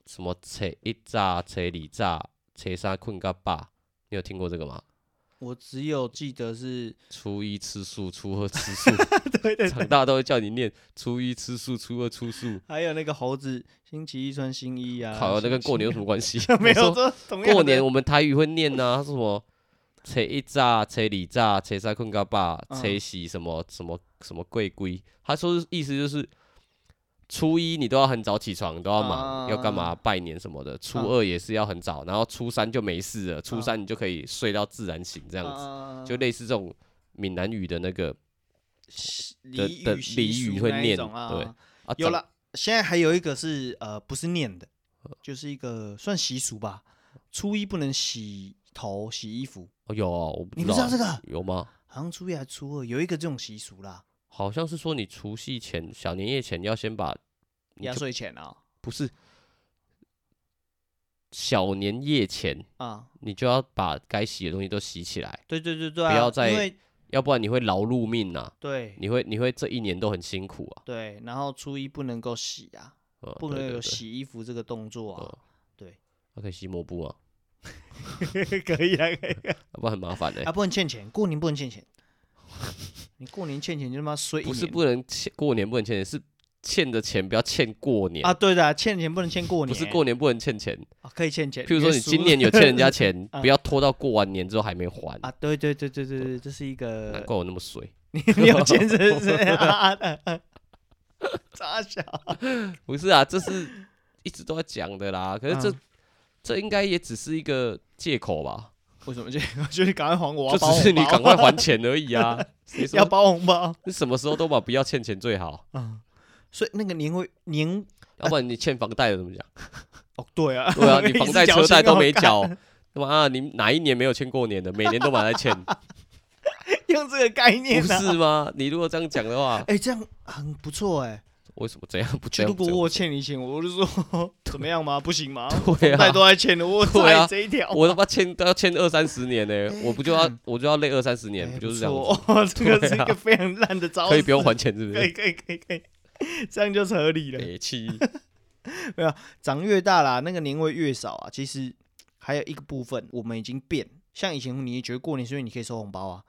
Speaker 2: 什么车一炸车里炸车三困嘎爸，你有听过这个吗？
Speaker 3: 我只有记得是，
Speaker 2: 初一吃素，初二吃素，
Speaker 3: 对 对
Speaker 2: 长
Speaker 3: 对，
Speaker 2: 大都会叫你念初一吃素，初二吃素。
Speaker 3: 还有那个猴子星期一穿新衣啊，
Speaker 2: 靠，那跟过年有什
Speaker 3: 么？
Speaker 2: 么关系
Speaker 3: 没有
Speaker 2: 我说
Speaker 3: 这同样的
Speaker 2: 过年我们台语会念呐、啊，什么初一炸、初二炸、初三困嘎巴、
Speaker 3: 嗯
Speaker 2: 初四什么什么什么贵龟。他说是意思就是初一你都要很早起床，你都要忙，
Speaker 3: 啊
Speaker 2: 要干嘛拜年什么的。初
Speaker 3: 嗯
Speaker 2: 二也是要很早，然后初三就没事了，初
Speaker 3: 嗯
Speaker 2: 三你就可以睡到自然醒，这样子、
Speaker 3: 啊
Speaker 2: 就类似这种闽南语的那个的
Speaker 3: 俚
Speaker 2: 的
Speaker 3: 语习
Speaker 2: 俚语
Speaker 3: 俗
Speaker 2: 会
Speaker 3: 那一
Speaker 2: 念
Speaker 3: 种啊
Speaker 2: 对啊，
Speaker 3: 有
Speaker 2: 长
Speaker 3: 了，现在还有一个是呃，不是念的，就是一个算习俗吧。初一不能洗头、洗衣服，
Speaker 2: 哦有哦，我不
Speaker 3: 你不知道这个
Speaker 2: 欸有吗？
Speaker 3: 好像初一还初二有一个这种习俗啦，
Speaker 2: 好像是说你除夕前、小年夜前要先把你
Speaker 3: 压
Speaker 2: 就
Speaker 3: 岁钱啊
Speaker 2: 不是小年夜前，
Speaker 3: 啊，
Speaker 2: 你就要把该洗的东西都洗起来，
Speaker 3: 对对对对、啊，
Speaker 2: 不要再
Speaker 3: 因为
Speaker 2: 要不然你会劳碌命呐、
Speaker 3: 对
Speaker 2: 你会你会这一年都很辛苦啊。
Speaker 3: 对，然后初一不能够洗啊，
Speaker 2: 呃、
Speaker 3: 不
Speaker 2: 对
Speaker 3: 能
Speaker 2: 对
Speaker 3: 有
Speaker 2: 对
Speaker 3: 洗衣服这个动作啊
Speaker 2: 呃，
Speaker 3: 对，
Speaker 2: 那可以洗抹布啊，
Speaker 3: 可以啊，可以啊，
Speaker 2: 要不然很麻烦的、欸
Speaker 3: 啊不能欠钱，过年不能欠钱， 你过年欠钱就他妈衰一
Speaker 2: 不是
Speaker 3: 年
Speaker 2: 不能欠过年不能欠钱，是欠的钱不要欠过年
Speaker 3: 啊，，对的啊，欠钱不能欠过
Speaker 2: 不
Speaker 3: 年，
Speaker 2: 是过年不能欠钱。
Speaker 3: 啊可以欠钱，
Speaker 2: 譬如说
Speaker 3: 的
Speaker 2: 你
Speaker 3: 输
Speaker 2: 今
Speaker 3: 入
Speaker 2: 年有欠人家钱，
Speaker 3: 啊
Speaker 2: 不要拖到过完年之后还没还。
Speaker 3: 啊，对对对对对 对，这是一
Speaker 2: 难
Speaker 3: 个
Speaker 2: 怪我那么水，
Speaker 3: 你你有钱是不是？啊啊啊傻 小，
Speaker 2: 不是啊，这是 一直都在讲的啦。可是这、
Speaker 3: 嗯
Speaker 2: 这应该也只是一个借口吧，
Speaker 3: 为什么这样？就是赶快还我，
Speaker 2: 就只是你赶快还钱而已啊。 谁
Speaker 3: 要
Speaker 2: 说
Speaker 3: 包红包。
Speaker 2: 你什么时候都把不要欠钱最 好？
Speaker 3: 嗯，所以那个年会年
Speaker 2: 要不然你欠房贷的怎么 讲？
Speaker 3: 哦，对啊，
Speaker 2: 对啊，你
Speaker 3: 一
Speaker 2: 房
Speaker 3: 直
Speaker 2: 贷、
Speaker 3: 缴
Speaker 2: 车贷
Speaker 3: 清
Speaker 2: 都
Speaker 3: 哦
Speaker 2: 没
Speaker 3: 干
Speaker 2: 缴，他妈啊你哪一年没有欠过年的？每年都把它 欠，
Speaker 3: 用这个概念
Speaker 2: 不
Speaker 3: 啊。
Speaker 2: 是吗？你如果这样讲的话，
Speaker 3: 哎，这样很不错哎。
Speaker 2: 为什么这样不这
Speaker 3: 就如
Speaker 2: 样？
Speaker 3: 果
Speaker 2: 这样
Speaker 3: 我欠你钱，我就说 怎么样吗？不行吗？
Speaker 2: 对
Speaker 3: 贷都
Speaker 2: 啊，
Speaker 3: 在欠的，我
Speaker 2: 对啊
Speaker 3: 在这一条。
Speaker 2: 我他妈欠都要欠二三十年呢、
Speaker 3: 哎
Speaker 2: 我不就要
Speaker 3: 干
Speaker 2: 我就要累二三十年，
Speaker 3: 哎
Speaker 2: 不就是这样
Speaker 3: 错
Speaker 2: 子？
Speaker 3: 哦， 这个是一
Speaker 2: 对啊
Speaker 3: 个非常烂的招式。
Speaker 2: 可以不用还钱是哎不
Speaker 3: 可以，
Speaker 2: 是？
Speaker 3: 可以可以可以，这样就是合理了。
Speaker 2: 北七，
Speaker 3: 长越大啦，那个年味越少啊。其实还有一个部分，我们已经变。像以前你也觉得过年是因为你可以收红包啊，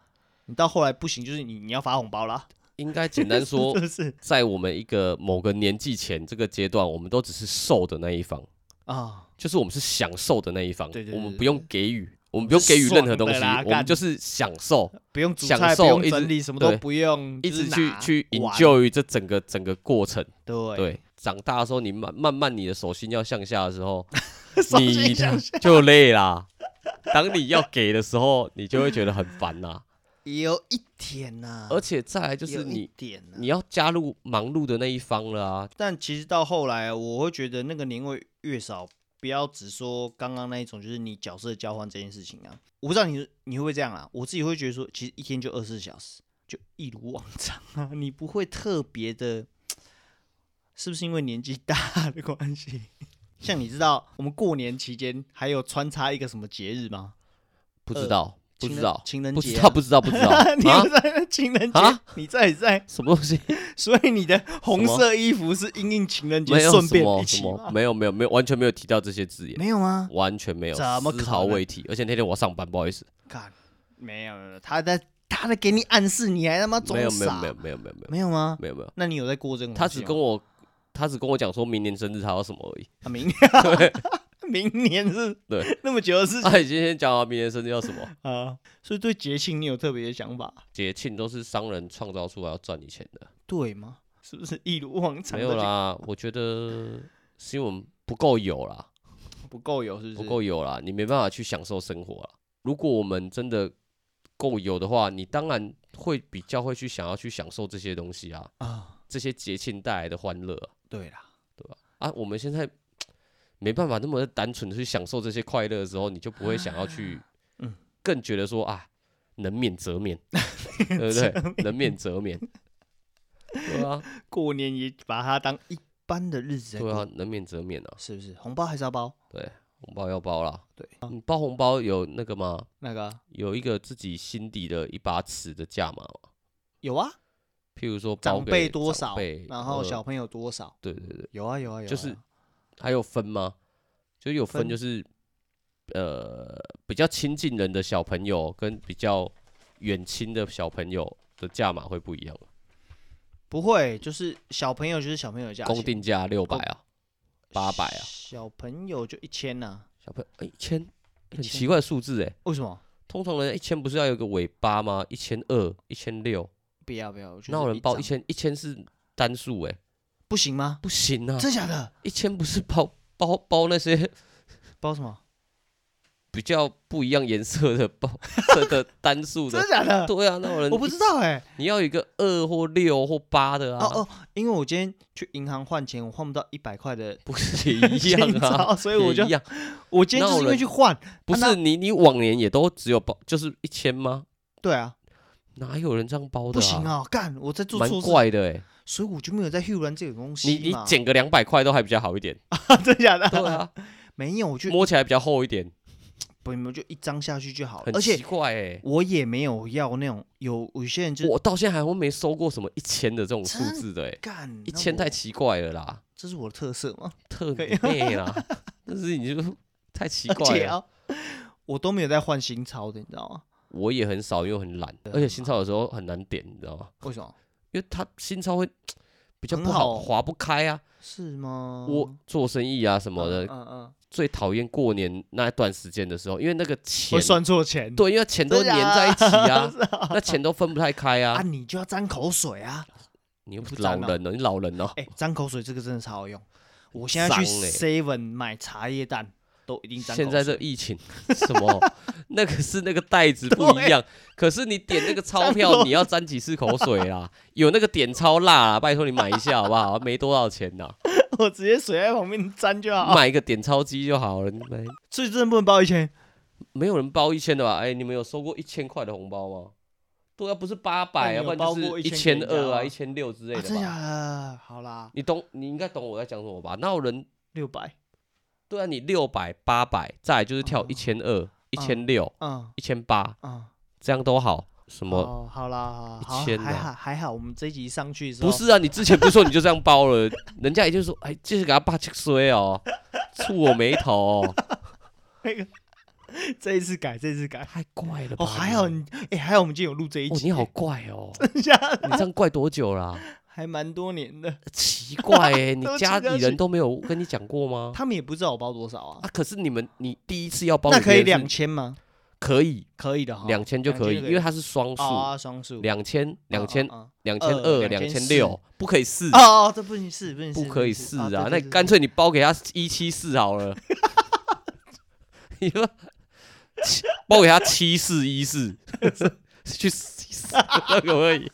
Speaker 3: 你到后来不行，就是你你要发红包啦。
Speaker 2: 应该简单说
Speaker 3: 是，不是
Speaker 2: 在我们一个某个年纪前这个阶段，我们都只是受的那一方，
Speaker 3: 啊？
Speaker 2: 就是我们是享受的那一方，
Speaker 3: 对对对
Speaker 2: 我们
Speaker 3: 对
Speaker 2: 不用给予，我们不用给予任何东
Speaker 3: 我们是爽
Speaker 2: 西，
Speaker 3: 的啦
Speaker 2: 我们
Speaker 3: 干
Speaker 2: 就是享受，
Speaker 3: 不用煮
Speaker 2: 享
Speaker 3: 菜，
Speaker 2: 受
Speaker 3: 不用
Speaker 2: 一直
Speaker 3: 整理，什么都
Speaker 2: 对
Speaker 3: 不用，
Speaker 2: 一
Speaker 3: 就是
Speaker 2: 直去
Speaker 3: 拿
Speaker 2: 去
Speaker 3: 玩啊
Speaker 2: enjoy 这整个整个过程。
Speaker 3: 对
Speaker 2: 对，长大的时候，你慢慢慢你的手心要向下的时候，
Speaker 3: 手心
Speaker 2: 你
Speaker 3: 向
Speaker 2: 就累啦。 当你要给的时候，你就会觉得很烦 啦。
Speaker 3: 有一点呐、
Speaker 2: 而且再来就是
Speaker 3: 有一
Speaker 2: 你
Speaker 3: 点呐、
Speaker 2: 你要加入忙碌的那一方了啊，
Speaker 3: 但其实到后来，我会觉得那个年味越少，不要只说刚刚那一种，就是你角色交换这件事情啊。我不知道你你会不会这样啊？我自己会觉得说，其实一天就二十四小时，就一如往常啊，你不会特别的，是不是因为年纪大的关系？ 像你知道，我们过年期间还有穿插一个什么节日吗？
Speaker 2: 不知道不
Speaker 3: 情
Speaker 2: 知
Speaker 3: 人
Speaker 2: 道，
Speaker 3: 情人
Speaker 2: 不
Speaker 3: 节
Speaker 2: 知
Speaker 3: 啊
Speaker 2: 道，不知道，不知道
Speaker 3: 你
Speaker 2: 啊
Speaker 3: 不？在情人节
Speaker 2: 啊，
Speaker 3: 你在也在，
Speaker 2: 什么东 西？
Speaker 3: 所以你的红
Speaker 2: 什么
Speaker 3: 色衣服是因应情人节
Speaker 2: 没有
Speaker 3: 顺
Speaker 2: 什
Speaker 3: 便
Speaker 2: 么
Speaker 3: 一
Speaker 2: 什
Speaker 3: 起
Speaker 2: 么，
Speaker 3: 吗？
Speaker 2: 没有没有没有，完全没有提到这些字眼，
Speaker 3: 没有吗？
Speaker 2: 完全没有，
Speaker 3: 怎么
Speaker 2: 丝
Speaker 3: 可
Speaker 2: 毫
Speaker 3: 能
Speaker 2: 未提。而且那天我要上班，不好意思，
Speaker 3: 看，没有，没有他在他在给你暗示，你还他妈装
Speaker 2: 没有没有
Speaker 3: 傻，
Speaker 2: 没有没有没有没有
Speaker 3: 没有吗？
Speaker 2: 没有没有，
Speaker 3: 那你有在过这种
Speaker 2: 他
Speaker 3: 东西
Speaker 2: 只
Speaker 3: 吗？
Speaker 2: 跟我他只跟我讲说明年生日他要什么而已。
Speaker 3: 啊 明年，明年是
Speaker 2: 对
Speaker 3: 那么久的事情
Speaker 2: 他已经先讲好明年生日要什么，
Speaker 3: 啊，所以对节庆你有特别的想法，
Speaker 2: 节庆都是商人创造出来要赚你钱的，
Speaker 3: 对吗？是不是一如往常？
Speaker 2: 没有，啦，我觉得是因为我们不够有啦。
Speaker 3: 不够有是不
Speaker 2: 不
Speaker 3: 是？
Speaker 2: 够有啦，你没办法去享受生活啦。如果我们真的够有的话，你当然会比较会去想要去享受这些东西啊，
Speaker 3: 啊，
Speaker 2: 这些节庆带来的欢乐啊
Speaker 3: 对啦，
Speaker 2: 啊我们现在没办法那么单纯的去享受这些快乐的时候，你就不会想要去，
Speaker 3: 嗯
Speaker 2: 更觉得说啊，能免 则免，对不对？能免则免，对啊，
Speaker 3: 过年也把它当一般的日子在
Speaker 2: 对
Speaker 3: 过，
Speaker 2: 啊，能免则免啊，
Speaker 3: 是不是？红包还是要包
Speaker 2: 红包要包啦，
Speaker 3: 对，
Speaker 2: 你包红包有那个吗？
Speaker 3: 那个啊
Speaker 2: 有一个自己心底的一把尺的价码吗？
Speaker 3: 有啊，
Speaker 2: 譬如说包
Speaker 3: 长辈
Speaker 2: 给
Speaker 3: 多
Speaker 2: 长
Speaker 3: 少
Speaker 2: 辈，
Speaker 3: 然后
Speaker 2: 呃
Speaker 3: 小朋友多少，
Speaker 2: 对对对，
Speaker 3: 有啊有啊有啊，
Speaker 2: 就是
Speaker 3: 有啊
Speaker 2: 还有分吗？就有分，
Speaker 3: 分
Speaker 2: 就是呃比较亲近人的小朋友跟比较远亲的小朋友的价码会不一样吗，
Speaker 3: 不会，就是小朋友就是小朋友的价钱，
Speaker 2: 公定价六百
Speaker 3: 公
Speaker 2: 啊，八百啊，
Speaker 3: 小朋友就一千呐，
Speaker 2: 小朋友一千，很
Speaker 3: 千
Speaker 2: 奇怪的数字哎，
Speaker 3: 为什么？
Speaker 2: 通常人一千不是要有个尾巴吗？一千二、一千六，
Speaker 3: 不要不要，我觉得
Speaker 2: 哪有人报一
Speaker 3: 张
Speaker 2: 千？一千是单数哎，
Speaker 3: 不行吗？
Speaker 2: 不行啊，
Speaker 3: 真假的？
Speaker 2: 一千不是包包包那些
Speaker 3: 包什么？
Speaker 2: 比较不一样颜色的包 色的单数的
Speaker 3: 真，假的？
Speaker 2: 对啊，那种人
Speaker 3: 我不知，道哎。
Speaker 2: 你要有一个二或六或八的啊，
Speaker 3: 哦哦，因为我今天去银行换钱，我换不到一百块的
Speaker 2: 不是也一 样
Speaker 3: 现
Speaker 2: 啊？
Speaker 3: 钞，所以
Speaker 2: 也
Speaker 3: 我就
Speaker 2: 一样，
Speaker 3: 我今天就是因为去换，
Speaker 2: 不
Speaker 3: 那
Speaker 2: 是你你往年也都只有包就是一千吗？
Speaker 3: 对啊，
Speaker 2: 哪有人这样包的？
Speaker 3: 不行，啊，干我在做
Speaker 2: 蛮
Speaker 3: 错事，
Speaker 2: 怪的哎，
Speaker 3: 所以我就没有在 h u 这个东
Speaker 2: 你
Speaker 3: 西
Speaker 2: 你
Speaker 3: 嘛。
Speaker 2: 减个两百块都还比较好一点，
Speaker 3: 真假的？
Speaker 2: 对啊，
Speaker 3: 没有，我就
Speaker 2: 摸起来比较厚一点，
Speaker 3: 不我就一张下去就好了
Speaker 2: 很，
Speaker 3: 而
Speaker 2: 奇
Speaker 3: 且
Speaker 2: 怪哎。
Speaker 3: 我也没有要那种有有些人就
Speaker 2: 我到现在还会没收过什么一千的这种数字的哎，
Speaker 3: 干
Speaker 2: 一
Speaker 3: 那
Speaker 2: 千
Speaker 3: 我
Speaker 2: 太奇怪了啦，
Speaker 3: 这是我的特色吗？
Speaker 2: 特妹啦， 但是你 就太奇
Speaker 3: 而
Speaker 2: 怪
Speaker 3: 且
Speaker 2: 了。
Speaker 3: 啊，我都没有在换新钞的，你知道吗？
Speaker 2: 我也很少，因为我很懒，
Speaker 3: 啊
Speaker 2: 而且新钞有时候很难点，你知道吗？
Speaker 3: 为什么？
Speaker 2: 因为它新钞会比较
Speaker 3: 很
Speaker 2: 不
Speaker 3: 好
Speaker 2: 好，
Speaker 3: 哦
Speaker 2: 划不开啊。
Speaker 3: 是吗？
Speaker 2: 我做生意啊什么
Speaker 3: 嗯
Speaker 2: 的，
Speaker 3: 嗯嗯，
Speaker 2: 最讨厌过年那一段时间的时候，因为那个钱
Speaker 3: 会，算错钱，
Speaker 2: 对，因为钱都
Speaker 3: 真的
Speaker 2: 粘
Speaker 3: 啊
Speaker 2: 在一起 啊，那钱都分不太开
Speaker 3: 啊，
Speaker 2: 啊。
Speaker 3: 你就要沾口水啊！
Speaker 2: 你又不
Speaker 3: 不
Speaker 2: 是老
Speaker 3: 沾啊
Speaker 2: 人了，你老人哦，
Speaker 3: 哎，沾口水这个真的超好用。我现在去
Speaker 2: 脏欸
Speaker 3: Seven 买茶叶蛋都一定沾口
Speaker 2: 现
Speaker 3: 水。
Speaker 2: 在这疫情 什么，那个是那个袋子不一样，可是你点那个钞
Speaker 3: 沾
Speaker 2: 票，
Speaker 3: 口
Speaker 2: 你要沾几次口水啦？有那个点钞辣啊，拜托你买一下好不好？没多少钱呐，
Speaker 3: 我直接水在旁边沾就 好。
Speaker 2: 买一个点钞机就好了。你买
Speaker 3: 所以真的不能包一千，
Speaker 2: 没有人包一千的吧？哎、你们有收过一千块的红包吗？对啊，不是八百
Speaker 3: 那哎你
Speaker 2: 啊，
Speaker 3: 有
Speaker 2: 不然就
Speaker 3: 包过
Speaker 2: 是一
Speaker 3: 1000
Speaker 2: 千
Speaker 3: 给人
Speaker 2: 二
Speaker 3: 家
Speaker 2: 啊、
Speaker 3: 吗
Speaker 2: 一千六之类
Speaker 3: 啊
Speaker 2: 的
Speaker 3: 真
Speaker 2: 吧。
Speaker 3: 假的？好啦，
Speaker 2: 你懂，你应该懂我在讲什么吧？哪有人
Speaker 3: 六百，
Speaker 2: 对啊？你六百、八百，再来就是跳
Speaker 3: 哦
Speaker 2: 一千二、一千六、
Speaker 3: 嗯
Speaker 2: 一千八，
Speaker 3: 嗯，
Speaker 2: 这样都好。什么？
Speaker 3: 哦，好啦，
Speaker 2: 一
Speaker 3: 好
Speaker 2: 千
Speaker 3: 还
Speaker 2: 啊
Speaker 3: 好还好，我们这一集上去的时候
Speaker 2: 不是啊，你之前不是说你就这样包了， 人家也就说，哎，这是给他爸吃衰哦，触我眉头、哦，
Speaker 3: 那个， 这一次改，这一次改。
Speaker 2: 太怪了吧
Speaker 3: 哦，
Speaker 2: 你？
Speaker 3: 还好你，哎，还好我们今天有录这一
Speaker 2: 哦，
Speaker 3: 集
Speaker 2: 你
Speaker 3: 欸，
Speaker 2: 好怪哦，
Speaker 3: 等一下
Speaker 2: 你这样怪多久啊啦、
Speaker 3: 还蛮多年的。
Speaker 2: 奇怪哎、 你
Speaker 3: 对不起
Speaker 2: 家
Speaker 3: 对不
Speaker 2: 里人
Speaker 3: 起
Speaker 2: 都没有跟你讲过吗？
Speaker 3: 他们也不知道我包多少
Speaker 2: 哦啊
Speaker 3: 啊，，
Speaker 2: 可是你们你第一次要包
Speaker 3: 那
Speaker 2: 给
Speaker 3: 可以
Speaker 2: 别人
Speaker 3: 两哦
Speaker 2: 是
Speaker 3: 千吗？
Speaker 2: 可以
Speaker 3: 可以的哈，
Speaker 2: 两千就可以，因为它是双
Speaker 3: 哦
Speaker 2: 数，
Speaker 3: 啊双数
Speaker 2: 两千两千
Speaker 3: 哦
Speaker 2: 两千二
Speaker 3: 二
Speaker 2: 两千
Speaker 3: 2400
Speaker 2: 六，不可以四，
Speaker 3: 哦哦，这不行是不行
Speaker 2: 不可以四啊，那
Speaker 3: 那
Speaker 2: 你干脆你包给他一七四好了， 你说七包给他七四一四， 去死那个可以，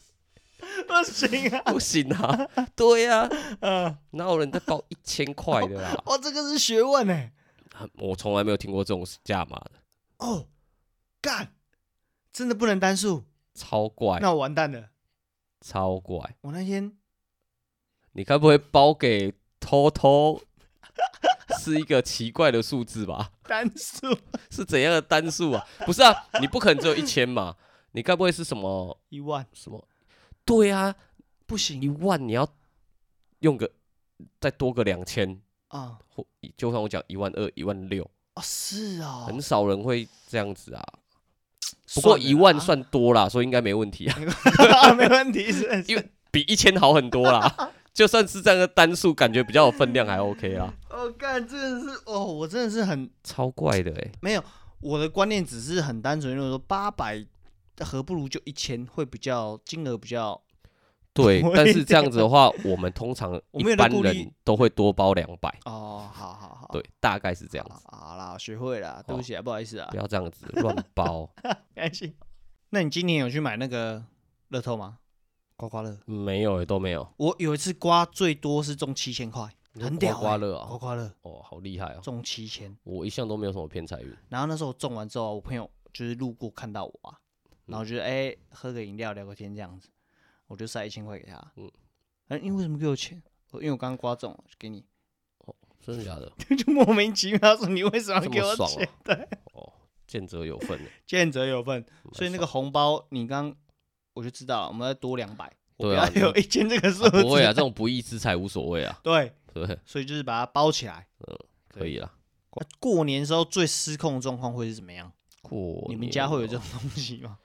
Speaker 3: 不行啊，
Speaker 2: 不行啊，对呀，
Speaker 3: 嗯，
Speaker 2: 哪有人在包一千块的啦？
Speaker 3: 哇，哦这个是学问哎，
Speaker 2: 我从来没有听过这种价码的，
Speaker 3: 哦，干，真的不能单数，
Speaker 2: 超怪，
Speaker 3: 那我完蛋了，
Speaker 2: 超怪。
Speaker 3: 我那天
Speaker 2: 你该不会包给偷偷 是一个奇怪的数字吧？
Speaker 3: 单数
Speaker 2: 是怎样的单数啊？不是啊，你不可能只有一千嘛？你该不会是什么
Speaker 3: 一万
Speaker 2: 什么？对啊，
Speaker 3: 不行
Speaker 2: 一万你要用个再多个两千，
Speaker 3: 啊
Speaker 2: 或就算我讲一万二、一万六，
Speaker 3: 哦，是哦，
Speaker 2: 很少人会这样子啊。
Speaker 3: 算
Speaker 2: 不过
Speaker 3: 了
Speaker 2: 一万
Speaker 3: 啦
Speaker 2: 算多啦，所以应该没问题啊，
Speaker 3: 没问题，是
Speaker 2: 因为比一千好很多 啦。就算是这样的单数，感觉比较有分量，还 OK 啦。
Speaker 3: 我干、真的是哦，我真的是很
Speaker 2: 超怪的哎、
Speaker 3: 没有我的观念，只是很单纯，就是说八百何不如就一千，会比较金额比较
Speaker 2: 对
Speaker 1: 我，
Speaker 2: 但
Speaker 1: 也
Speaker 2: 是这样子的话，我们通常
Speaker 3: 我
Speaker 2: 一
Speaker 3: 们有在
Speaker 2: 般
Speaker 3: 顾虑
Speaker 2: 人都会多包两百，
Speaker 3: 哦，好好好，
Speaker 2: 对，大概是这样
Speaker 3: 好，
Speaker 2: 子。
Speaker 3: 好好啦，我学会了，对不起啊，不好意思啊
Speaker 2: 不，要这样子乱 包，
Speaker 3: 开心。那你今年有去买那个乐透吗？刮刮乐，
Speaker 2: 没有欸都没有。
Speaker 3: 我有一次刮最多是中七千块，很屌欸、
Speaker 2: 刮刮乐
Speaker 3: 刮
Speaker 2: 啊，
Speaker 3: 刮乐
Speaker 2: 哦，好厉害哦！
Speaker 3: 中七千，
Speaker 2: 我一向都没有什么偏财运，
Speaker 3: 然后那时候我中完之后啊，我朋友就是路过看到我啊，
Speaker 2: 嗯
Speaker 3: 然后觉得哎、喝个饮料聊个天这样子，我就塞一千块给他，嗯
Speaker 2: 嗯，
Speaker 3: 哎、你为什么给我钱？我因为我刚刚刮中了，就给你，
Speaker 2: 真的假的？
Speaker 3: 就莫名其妙说你为什么要
Speaker 2: 这
Speaker 3: 给我
Speaker 2: 么爽
Speaker 3: 钱？
Speaker 2: 啊！哦，见者有份欸
Speaker 3: 见者有份，
Speaker 2: 嗯
Speaker 3: 所以那个
Speaker 2: 爽
Speaker 3: 红包你刚我就知道了，我们要多两百，我不
Speaker 2: 对
Speaker 3: 要
Speaker 2: 啊
Speaker 3: 有一千这个数
Speaker 2: 啊
Speaker 3: 字，
Speaker 2: 不会啊，这种不义之财无所谓啊，
Speaker 3: 对，
Speaker 2: 对不对？
Speaker 3: 所以就是把它包起来。
Speaker 2: 可以啦。
Speaker 3: 那过年时候最失控的状况会是怎么样？
Speaker 2: 过
Speaker 3: 你们
Speaker 2: 年
Speaker 3: 家会有这
Speaker 2: 哦
Speaker 3: 种东西吗？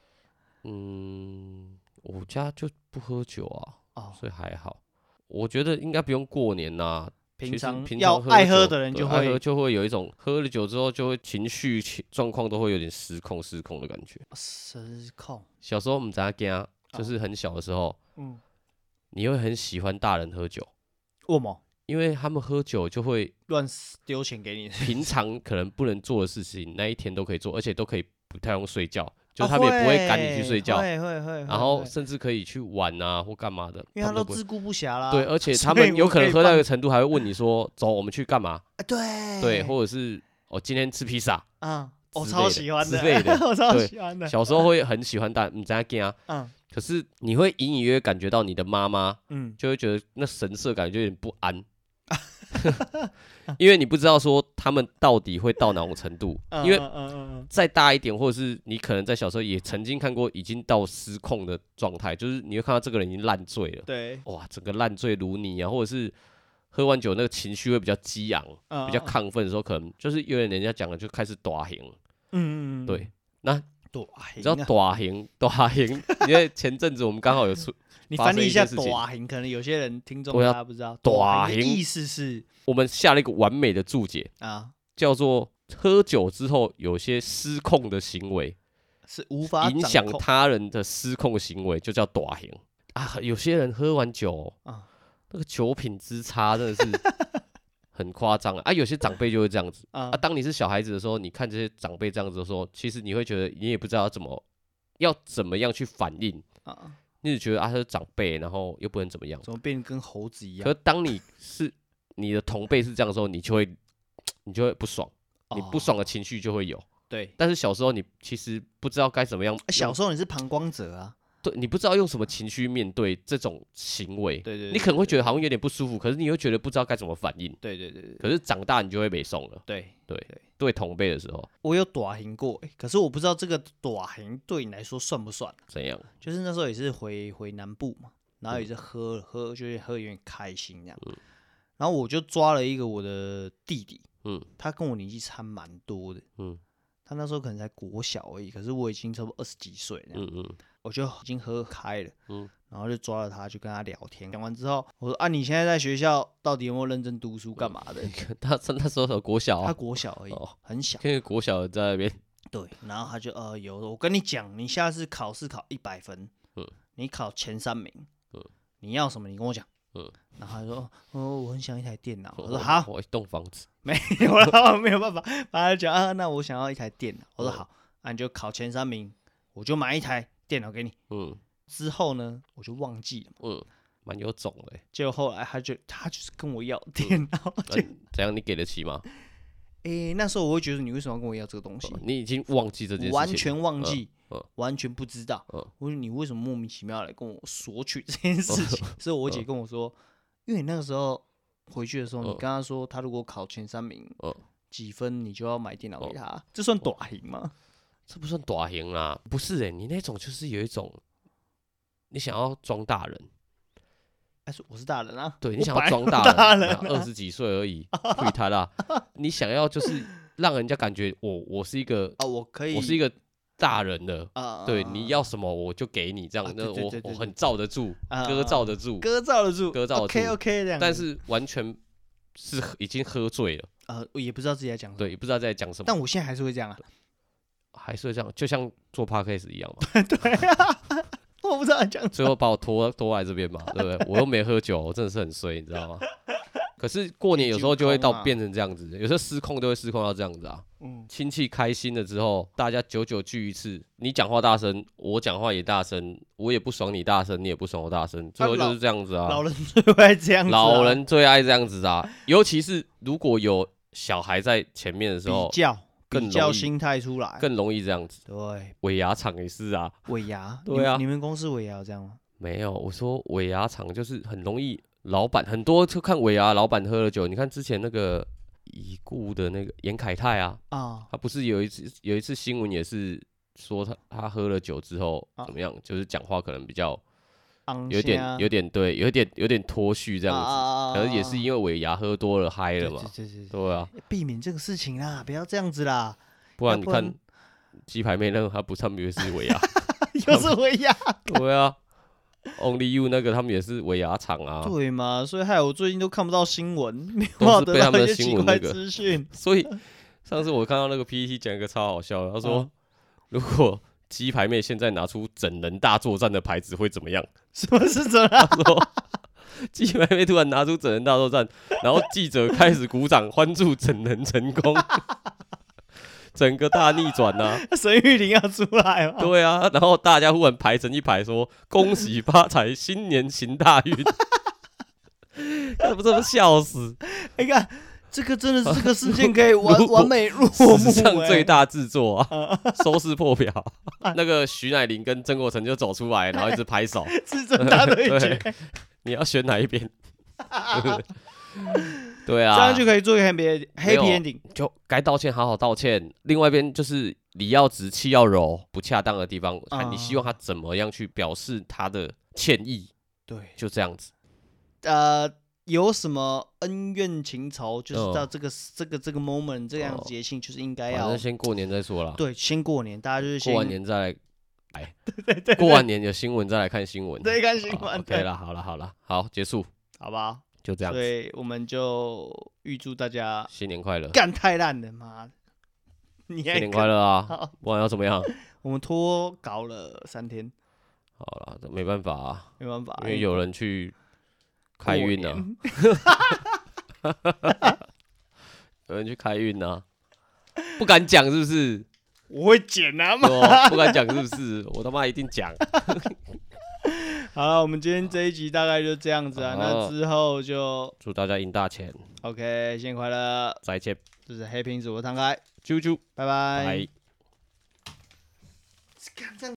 Speaker 2: 嗯，我家就不喝酒啊，
Speaker 3: 哦，
Speaker 2: 所以还好。我觉得应该不用过年啊啦，
Speaker 3: 平
Speaker 2: 其实
Speaker 3: 常
Speaker 2: 平
Speaker 3: 要
Speaker 2: 常
Speaker 3: 爱
Speaker 2: 喝
Speaker 3: 喝
Speaker 2: 酒
Speaker 3: 的人
Speaker 2: 对
Speaker 3: 就
Speaker 2: 爱喝
Speaker 3: 会
Speaker 2: 就会有一种喝了酒之后就会情绪情状况都会有点失控失控的感觉。
Speaker 3: 失控。
Speaker 2: 小时候我们在家，就是很小的时候，
Speaker 3: 嗯，
Speaker 2: 你会很喜欢大人喝酒，
Speaker 3: 为什么
Speaker 2: 因为他们喝酒 就会
Speaker 3: 乱撕丢钱给你？
Speaker 2: 平常可能不能做的事情，那一天都可以做，而且都可以不太用睡觉，就
Speaker 3: 啊
Speaker 2: 是他们也不会赶你去睡觉，
Speaker 3: 会会会。
Speaker 2: 然后
Speaker 3: 会
Speaker 2: 甚至可以去玩啊或干嘛的，
Speaker 3: 因为他
Speaker 2: 们
Speaker 3: 都
Speaker 2: 不会
Speaker 3: 自顾不暇啦。
Speaker 2: 对，而 且
Speaker 3: 所
Speaker 2: 他
Speaker 3: 以
Speaker 2: 们有
Speaker 3: 我
Speaker 2: 可
Speaker 3: 可
Speaker 2: 能
Speaker 3: 以
Speaker 2: 喝到
Speaker 3: 放
Speaker 2: 一个程度，还会问你说：“走，我们去干嘛
Speaker 3: 啊对？”
Speaker 2: 对，或者是哦，今天吃披萨。
Speaker 3: 啊，我
Speaker 2: 之
Speaker 3: 超
Speaker 2: 类
Speaker 3: 喜
Speaker 2: 的
Speaker 3: 欢
Speaker 2: 之类的
Speaker 3: 我超
Speaker 2: 对
Speaker 3: 喜欢的。
Speaker 2: 小时候会很喜欢大你在干啊，
Speaker 3: 嗯
Speaker 2: 可是你会隐隐约约感觉到你的妈妈
Speaker 3: 嗯，
Speaker 2: 就会觉得那神色感觉有点不安， 因为你不知道说他们到底会到哪种程度，
Speaker 3: 嗯
Speaker 2: 因为
Speaker 3: 嗯嗯嗯嗯
Speaker 2: 再大一点，或者是你可能在小时候也曾经看过已经到失控的状态，就是你会看到这个人已经烂醉了，
Speaker 3: 对，
Speaker 2: 哇，整个烂醉如泥啊，或者是喝完酒那个情绪会比较激昂，
Speaker 3: 嗯
Speaker 2: 比较
Speaker 3: 嗯
Speaker 2: 亢奋的时候，可能就是有点人家讲的就开始短行，
Speaker 3: 嗯嗯嗯，
Speaker 2: 对。
Speaker 3: 短
Speaker 2: 你知道
Speaker 3: 行啊
Speaker 2: 短行 短行，因为前阵子我们刚好 有出，
Speaker 3: 你
Speaker 2: 发
Speaker 3: 翻
Speaker 2: 生
Speaker 3: 译
Speaker 2: 一
Speaker 3: 一下
Speaker 2: 些事情
Speaker 3: 短行，可能有些人听众
Speaker 2: 对啊
Speaker 3: 大家不知道，
Speaker 2: 短
Speaker 3: 行的
Speaker 2: 行
Speaker 3: 意思是
Speaker 2: 我们下了一个完美的注解，
Speaker 3: 啊，
Speaker 2: 叫做喝酒之后有些失控的行为，
Speaker 3: 是无法
Speaker 2: 影
Speaker 3: 掌
Speaker 2: 响
Speaker 3: 控
Speaker 2: 他人的失控行为，就叫短行啊。有些人喝完酒，
Speaker 3: 啊
Speaker 2: 那个酒品之差真的是 很夸张啊啊！有些长辈就会这样子
Speaker 3: 啊
Speaker 2: 啊。当你是小孩子的时候，你看这些长辈这样子的时候，其实你会觉得你也不知道要怎么要怎么样去反应，
Speaker 3: 啊，
Speaker 2: 你只觉得啊他是长辈，然后又不能怎么样。
Speaker 3: 怎么变得跟猴子一样？
Speaker 2: 可当你是你的同辈是这样的时候，你就会你就会不爽，你不
Speaker 3: 哦
Speaker 2: 爽的情绪就会有。
Speaker 3: 对，啊
Speaker 2: 但是小时候你其实不知道该怎么样，
Speaker 3: 小时候你是旁观者啊，
Speaker 2: 对你不知道用什么情绪面对这种行为，
Speaker 3: 对对，
Speaker 2: 你可能会觉得好像有点不舒服，可是你又觉得不知道该怎么反应。
Speaker 3: 对对对对
Speaker 2: 可是长大你就会没送了，
Speaker 3: 对，
Speaker 2: 对同辈的时候
Speaker 3: 我有短行过，欸可是我不知道这个短行对你来说算不算？
Speaker 2: 怎样？
Speaker 3: 就是那时候也是回回南部嘛，然后也是喝喝，就是喝有点开心这样。然后我就抓了一个我的弟弟，
Speaker 2: 嗯
Speaker 3: 他跟我年纪差蛮多的，
Speaker 2: 嗯
Speaker 3: 他那时候可能才国小而已，可是我已经差不多二十几岁了，
Speaker 2: 嗯嗯，
Speaker 3: 我就已经喝开了，
Speaker 2: 嗯
Speaker 3: 然后就抓了他，就跟他聊天。讲完之后，我说啊，你现在在学校到底有没有认真读书，干嘛的？
Speaker 2: 他他那时候国小
Speaker 3: 他
Speaker 2: 啊，
Speaker 3: 国小而已，
Speaker 2: 哦
Speaker 3: 很小。
Speaker 2: 跟国小的在那边，
Speaker 3: 对，然后他就呃有，我跟你讲，你下次考试考一百分，
Speaker 2: 嗯
Speaker 3: 你考前三名，
Speaker 2: 嗯
Speaker 3: 你要什么你跟我讲，
Speaker 2: 嗯
Speaker 3: 然后他说哦，我很想一台电脑，我说
Speaker 2: 哈，
Speaker 3: 好，
Speaker 2: 我一栋房子，
Speaker 3: 没有了，没有办法，他就讲啊，那我想要一台电脑，我说
Speaker 2: 嗯
Speaker 3: 好，那你就考前三名，我就买一台电脑给你。
Speaker 2: 嗯
Speaker 3: 之后呢，我就忘记了嘛，
Speaker 2: 嗯，蛮有种的欸。
Speaker 3: 结果后来他就他就是跟我要电脑， 就
Speaker 2: 嗯怎样？你给得起吗？
Speaker 3: 诶那时候我会觉得你为什么要跟我要这个东西
Speaker 2: 哦，你已经忘记这件事情了，
Speaker 3: 完全忘记，
Speaker 2: 嗯嗯
Speaker 3: 完全不知道。
Speaker 2: 嗯
Speaker 3: 我说你为什么
Speaker 2: 嗯
Speaker 3: 莫名其妙来跟我索取这件事情？所以我姐跟我说，因为你那个时候回去的时候，你
Speaker 2: 嗯
Speaker 3: 跟他说，他如果考前三名
Speaker 2: 嗯，
Speaker 3: 几分，你就要买电脑给他，这算短赢吗？
Speaker 2: 这不算短型啦，不是哎、你那种就是有一种，你想要装大人，
Speaker 3: 哎，说我是大人啊，
Speaker 2: 对你
Speaker 3: 我
Speaker 2: 想要
Speaker 3: 白
Speaker 2: 装
Speaker 3: 我大
Speaker 2: 大
Speaker 3: 人啊
Speaker 2: 人，二十几岁而已，不 他啦，你想要就是让人家感觉我我是一个
Speaker 3: 啊，我可以，
Speaker 2: 我是一个大人了。
Speaker 3: 啊，
Speaker 2: 对，你要什么我就给你，这
Speaker 3: 啊
Speaker 2: 样那
Speaker 3: 对对
Speaker 2: 我
Speaker 3: 对对
Speaker 2: 我
Speaker 3: 对
Speaker 2: 很罩得住，
Speaker 3: 啊
Speaker 2: 哥罩得住，
Speaker 3: 歌罩得住，
Speaker 2: 歌罩得
Speaker 3: OK
Speaker 2: 住
Speaker 3: OK 这样子，
Speaker 2: 但是完全是喝已经喝醉了，
Speaker 3: 呃，我也不知道自己在讲什么，
Speaker 2: 对，也不知道在讲什么，
Speaker 3: 但我现在还是会这样啊，
Speaker 2: 还是会这样，就像做 podcast 一样嘛，
Speaker 3: 我不知道在讲什么，
Speaker 2: 最后把我拖拖来 这边嘛，对不对？我又没喝酒，我真的是很衰，你知道吗？可是过年有时候就会
Speaker 3: 酒空啊
Speaker 2: 到变成这样子，有时候失控都会失控到这样子啊。
Speaker 3: 嗯，
Speaker 2: 亲戚开心了之后，大家久久聚一次，你讲话大声，我讲话也大声，我也不爽你大声，你也不爽我大声，最后就是这样子啊。
Speaker 3: 老人 最会这样子啊，
Speaker 2: 老人最爱这样子啊，尤其是如果有小孩在前面的时
Speaker 3: 比
Speaker 2: 候，
Speaker 3: 较
Speaker 2: 更
Speaker 3: 比较
Speaker 2: 容易
Speaker 3: 心态出来，
Speaker 2: 更容易这样子。
Speaker 3: 对，
Speaker 2: 尾牙厂也是啊，
Speaker 3: 尾牙，
Speaker 2: 对
Speaker 3: 你们
Speaker 2: 啊
Speaker 3: 你们公司尾牙有这样吗？
Speaker 2: 没有，我说尾牙厂就是很容易，老板很多就看尾牙老板喝了酒。你看之前那个已故的那个严凯泰啊，
Speaker 3: 啊，
Speaker 2: 他不是有一次有一次新闻也是说他他喝了酒之后
Speaker 3: 啊
Speaker 2: 怎么样，就是讲话可能比较
Speaker 3: 昂
Speaker 2: 有点
Speaker 3: 虾
Speaker 2: 有点对，有点有点脱序这样子，
Speaker 3: 啊
Speaker 2: 可能也是因为尾牙喝多了嗨了嘛，
Speaker 3: 对对对对，
Speaker 2: 对啊，
Speaker 3: 避免这个事情啦，不要这样子 啦，
Speaker 2: 不
Speaker 3: 要
Speaker 2: 然你
Speaker 3: 不
Speaker 2: 看
Speaker 3: 然
Speaker 2: 鸡排妹那个他不他们也是尾牙，
Speaker 3: 又是尾牙，
Speaker 2: 对啊，Only You 那个他们也是尾牙厂啊，
Speaker 3: 对嘛？所以害我最近都看不到新闻， 没有办法
Speaker 2: 都是
Speaker 3: 得
Speaker 2: 被他
Speaker 3: 到
Speaker 2: 们
Speaker 3: 一些
Speaker 2: 的新
Speaker 3: 奇
Speaker 2: 闻
Speaker 3: 怪
Speaker 2: 那个
Speaker 3: 资讯。
Speaker 2: 所以上次我看到那个 PPT 讲一个超好笑的，他说、
Speaker 3: 嗯
Speaker 2: 如果鸡排妹现在拿出整人大作战的牌子会怎么样？
Speaker 3: 什么是这样？
Speaker 2: 他说鸡排妹突然拿出整人大作战，然后记者开始鼓掌欢祝整人成功， 整个大逆转呐、
Speaker 3: 沈玉玲要出来 吗？
Speaker 2: 对啊，然后大家忽然排成一排说恭喜发财，新年行大运。 这不这不笑死！
Speaker 3: 你看哎这个真的 是这个事件可以完
Speaker 2: 如
Speaker 3: 完美落 幕、
Speaker 2: 史上
Speaker 3: 欸嗯哎
Speaker 2: 最大制作啊， 收视 破表。那个徐乃麟跟曾国成就走出来，然后一直拍手。
Speaker 3: 至尊大对决，
Speaker 2: 对，你要选哪 一边？ 对
Speaker 3: 这
Speaker 2: 啊
Speaker 3: 样，就可以做一个 happy
Speaker 2: 没有
Speaker 3: happy ending。
Speaker 2: 就该道歉好好道歉。另外一边就是你要直气要柔，不恰当的地方，看你希望他怎么样去表示他的歉意，
Speaker 3: 对，
Speaker 2: 就这样子。
Speaker 3: 呃，有什么恩怨情仇，就是
Speaker 2: 嗯
Speaker 3: 到这个、这个这个 moment 这样
Speaker 2: 哦
Speaker 3: 节庆，就是应该
Speaker 2: 反
Speaker 3: 要
Speaker 2: 正先过年再说啦，
Speaker 3: 哎对，先过年，大家就是先
Speaker 2: 过完年再来。 哎，过完年有新闻再来看新闻。
Speaker 3: 对看新
Speaker 2: 好
Speaker 3: 闻，
Speaker 2: 哦 OK
Speaker 3: 对，
Speaker 2: 啦，好啦，好啦，好，结束，
Speaker 3: 好吧？
Speaker 2: 就这样
Speaker 3: 所
Speaker 2: 子。
Speaker 3: 以我们就预祝大家
Speaker 2: 新年快乐，
Speaker 3: 干太烂了，妈的！你
Speaker 2: 新
Speaker 3: 还
Speaker 2: 年快
Speaker 3: 乐！
Speaker 2: 乐啊！
Speaker 3: 哎好，
Speaker 2: 不然要怎么样？
Speaker 3: 我们拖搞了三天，
Speaker 2: 好了，这没办法啊，
Speaker 3: 没办法，哎
Speaker 2: 因为有人去开
Speaker 3: 过
Speaker 2: 运啊
Speaker 3: 年，
Speaker 2: 有人去开运啊，不敢讲是不是？
Speaker 3: 我会剪啊，妈。
Speaker 2: 哦不敢讲是不是？我他妈一定讲。
Speaker 3: 好了，我们今天这一集大概就这样子啊，那
Speaker 2: 好
Speaker 3: 之后就
Speaker 2: 祝大家赢大钱，
Speaker 3: OK，新年快乐！
Speaker 2: 再见，
Speaker 3: 这是黑瓶子，我是汤开，
Speaker 2: 啾啾，
Speaker 3: 拜拜
Speaker 2: 拜。。
Speaker 3: 干这样